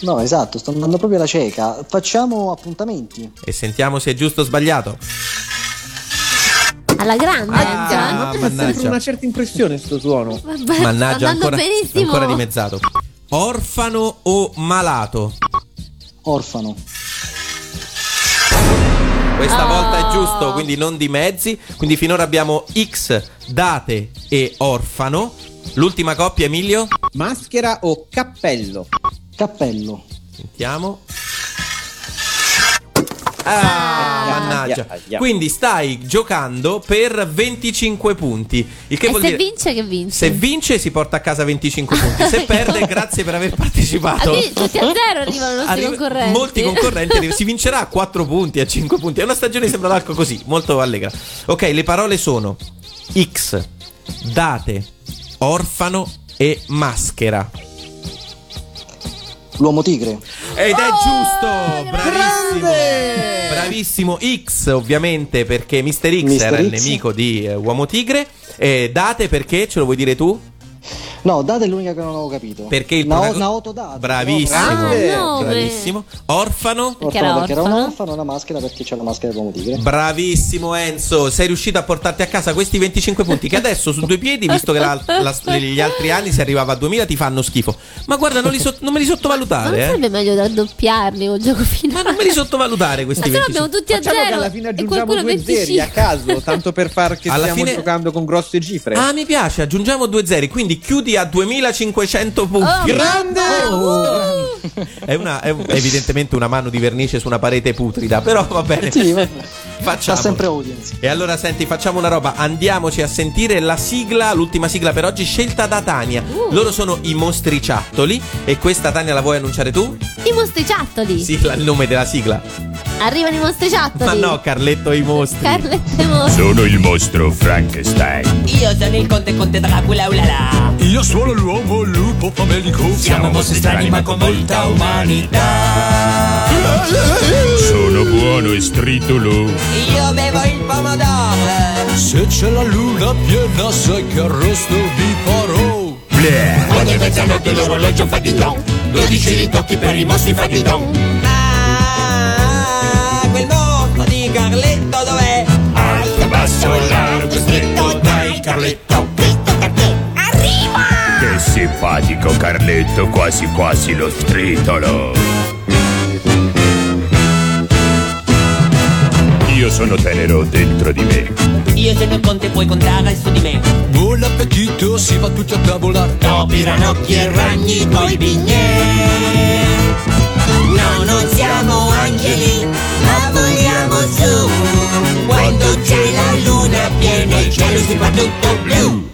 No, esatto, sto andando proprio alla cieca. Facciamo appuntamenti.
e sentiamo se è giusto o sbagliato.
Alla grande.
Ah,
Gian.
ma mi fa sempre mannaggia. una
certa impressione sto suono.
Vabbè, sta
Mannaggia,
andando
ancora,
benissimo.
ancora dimezzato. Orfano o malato?
Orfano.
Questa
Ah.
volta è giusto, quindi non di mezzi. Quindi finora abbiamo X, date e orfano. L'ultima coppia, Emilio.
Maschera o cappello?
Cappello.
Sentiamo. Ah, mannaggia. Quindi stai giocando per 25 punti. Il che
e
vuol
se
dire.
vince che vince. Ah,
Se vince si porta a casa 25 punti, se perde grazie per aver partecipato.
Ah, quindi tutti a zero arrivano i nostri
Arriva-
concorrenti.
Molti concorrenti arri- si vincerà a 4 punti, a 5 punti. È una stagione che sembra l'arco così, molto allegra. Ok, le parole sono X, date, orfano e maschera.
L'uomo tigre.
Ed
Oh,
è giusto! Bravissimo! Bravissimo X, ovviamente, perché Mister X
Mr.
era il
X.
nemico di eh, Uomo Tigre. E date perché? Ce lo vuoi dire tu?
No, date è l'unica che non avevo capito.
Perché il
Nao-
protago-
Naoto Date.
Bravissimo,
Grande.
Ah, no,
bravissimo. Orfano?
Orfano,
era
perché era un
orfano.
orfano, una maschera perché c'è la maschera dell'uomo tigre.
Bravissimo Enzo, sei riuscito a portarti a casa questi 25 punti che adesso su due piedi, visto che la- la- gli altri anni si arrivava a 2000 ti fanno schifo. Ma guarda, non, li sott- non me li
Ma non
sottovalutare, eh.
sarebbe meglio raddoppiarli col gioco finale?
Non me li sottovalutare
Ma
questi
se no abbiamo
25.
tutti a
Facciamo che
zero
alla fine
e
aggiungiamo
qualcuno
due zeri a
25.
caso, tanto per far che
Alla
stiamo
fine-
giocando con grosse cifre.
Ah, mi piace, aggiungiamo due zeri, quindi chiudi a 2500 punti.
Oh,
Grande!
Oh,
mamma, uh!
È, una- è un- è evidentemente una mano di vernice su una parete putrida, però va bene.
Sì, vabbè. C'ha
Facciamo.
sempre audience.
E allora senti, facciamo una roba, andiamoci a sentire la sigla, l'ultima sigla per oggi scelta da Tania.
Uh.
Loro sono i mostriciattoli e questa Tania la vuoi annunciare tu?
I mostriciattoli.
Sì, la- il nome della sigla.
Arrivano i mostriciattoli.
Ma no, Carletto e i mostri.
Carlette mostri.
Sono il mostro Frankenstein.
Io sono il conte conte Dracula ulala
Io sono l'uomo lupo famelico. Siamo mostri strani ma con molta umanità. Sono buono e stridulo.
Io bevo il pomodoro
Se c'è la luna piena sai che arrosto vi farò. Ogni mezzanotte l'orologio fa di don. 12 ritocchi per i mostri fa di don.
Ah, Ma quel mostro di Carletto dov'è? Ah,
Alto, basso, largo, stretto, dai Carletto, visto da te. Arriva! Che simpatico Carletto, quasi quasi lo stritolo. Io sono tenero dentro di me.
Io sono il conte puoi contare su di me
Buon appetito, si va tutti a tavola. Topi, ranocchi e ragni coi bignè.
No, non siamo angeli Ma vogliamo su Quando c'è la luna piena Il cielo si fa tutto blu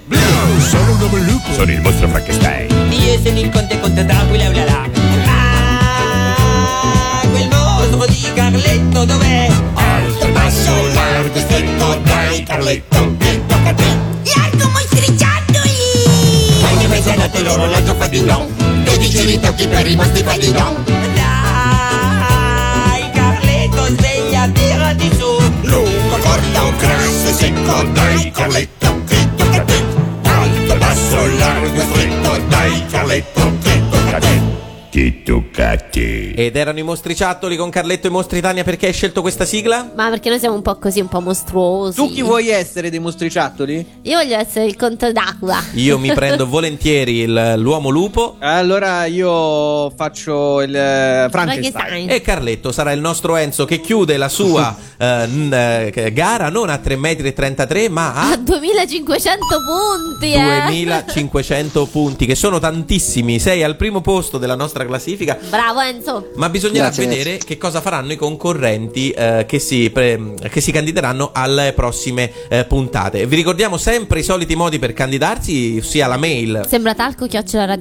Sono un uomo lupo. Sono il mostro Frankenstein.
Io sono il conte pues conte Dracula ulala Ma quel mostro di Carletto dov'è?
Alto, basso, largo, stretto, dai Carletto, che tocca a te.
Largo mostriciattoli!
Ogni mezzanotte l'orologio fa di no. 12 ritocchi per i mostri fa di no.
Dai Carletto sveglia tirati su
Lungo, corto, grasso, secco, dai Carletto, che tocca a te. Alto, basso, largo, stretto, dai Carletto, che tocca a te. Che tocca a te.
Ed erano i mostriciattoli con Carletto e i mostri Tania perché hai scelto questa sigla?
Ma perché noi siamo un po' così, un po' mostruosi.
Tu chi vuoi essere dei mostriciattoli?
Io voglio essere il conte d'acqua.
Io mi prendo volentieri il- l'uomo lupo
Allora io faccio il eh, Frankenstein.
Frankenstein.
E Carletto sarà il nostro Enzo che chiude la sua eh, n- eh, gara non a 3,33 m ma
A
a
2500 punti, eh.
2500 punti, che sono tantissimi. Sei al primo posto della nostra classifica.
Bravo Enzo.
ma bisognerà
Grazie,
vedere che cosa faranno i concorrenti eh, che, si pre- che si candideranno alle prossime eh, puntate. Vi ricordiamo sempre i soliti modi per candidarsi, sia la mail
Sembra talco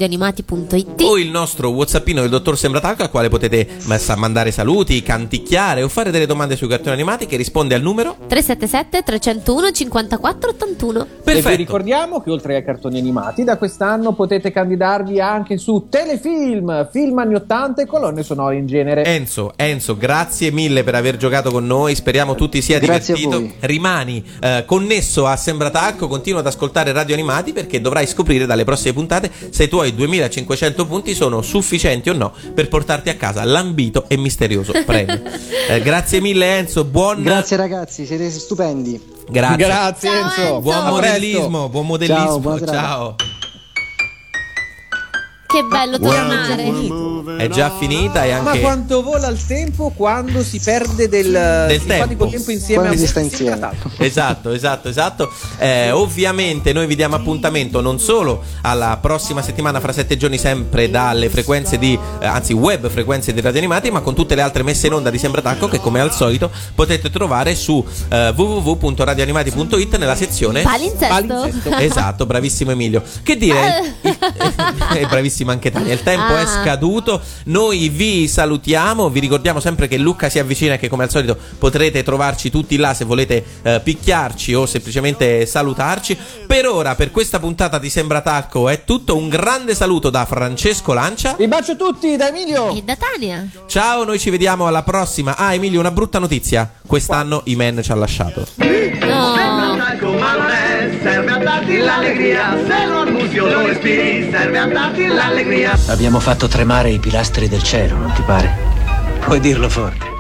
chioccioladioanimati.it
o il nostro whatsappino del dottor Sembratalco al quale potete messa- mandare saluti, canticchiare o fare delle domande sui cartoni animati che risponde al numero
377 301 54 81
E vi ricordiamo che oltre ai cartoni animati, da quest'anno potete candidarvi anche su telefilm, film anni 80 e colonne sonore in genere.
Enzo, Enzo, grazie mille per aver giocato con noi. Speriamo tutti sia
Grazie a
divertito.
voi.
Rimani eh, connesso a Sembratacco, continua ad ascoltare Radio Animati perché dovrai scoprire dalle prossime puntate se i tuoi 2500 punti sono sufficienti o no per portarti a casa l'ambito e misterioso premio. Eh, grazie mille Enzo, buon
Grazie ragazzi, siete stupendi.
Grazie.
Grazie, Enzo.
Buon
A
modellismo,
presto.
buon modellismo.
Ciao, buona serata.
Ciao.
Che bello tornare.
È già finita e
Ma
anche
quanto vola il tempo quando si perde del,
Del
simpatico
tempo.
tempo, insieme
Quando
a
si sta insieme.
Esatto, esatto, esatto. Eh, ovviamente noi vi diamo appuntamento non solo alla prossima settimana, fra sette giorni, sempre dalle frequenze di, eh, anzi web frequenze di Radio Animati, ma con tutte le altre messe in onda di Sembratacco che come al solito potete trovare su eh, www.radioanimati.it nella sezione...
Palinzesto.
Esatto, bravissimo Emilio. Che dire? Eh, bravissima anche Tania. Il tempo
Ah.
è scaduto. Noi vi salutiamo. Vi ricordiamo sempre che Luca si avvicina e che, come al solito, potrete trovarci tutti là se volete eh, picchiarci o semplicemente salutarci. Per ora, per questa puntata di Sembra Tacco è tutto. Un grande saluto da Francesco Lancia.
Vi bacio tutti da Emilio.
E da Tania.
Ciao, noi ci vediamo alla prossima. Ah, Emilio, una brutta notizia. Quest'anno i men ci ha lasciato.
Serve a darti l'allegria, se lo annusi o lo respiri, serve a darti l'allegria.
Abbiamo fatto tremare i pilastri del cielo, non ti pare? Puoi dirlo forte.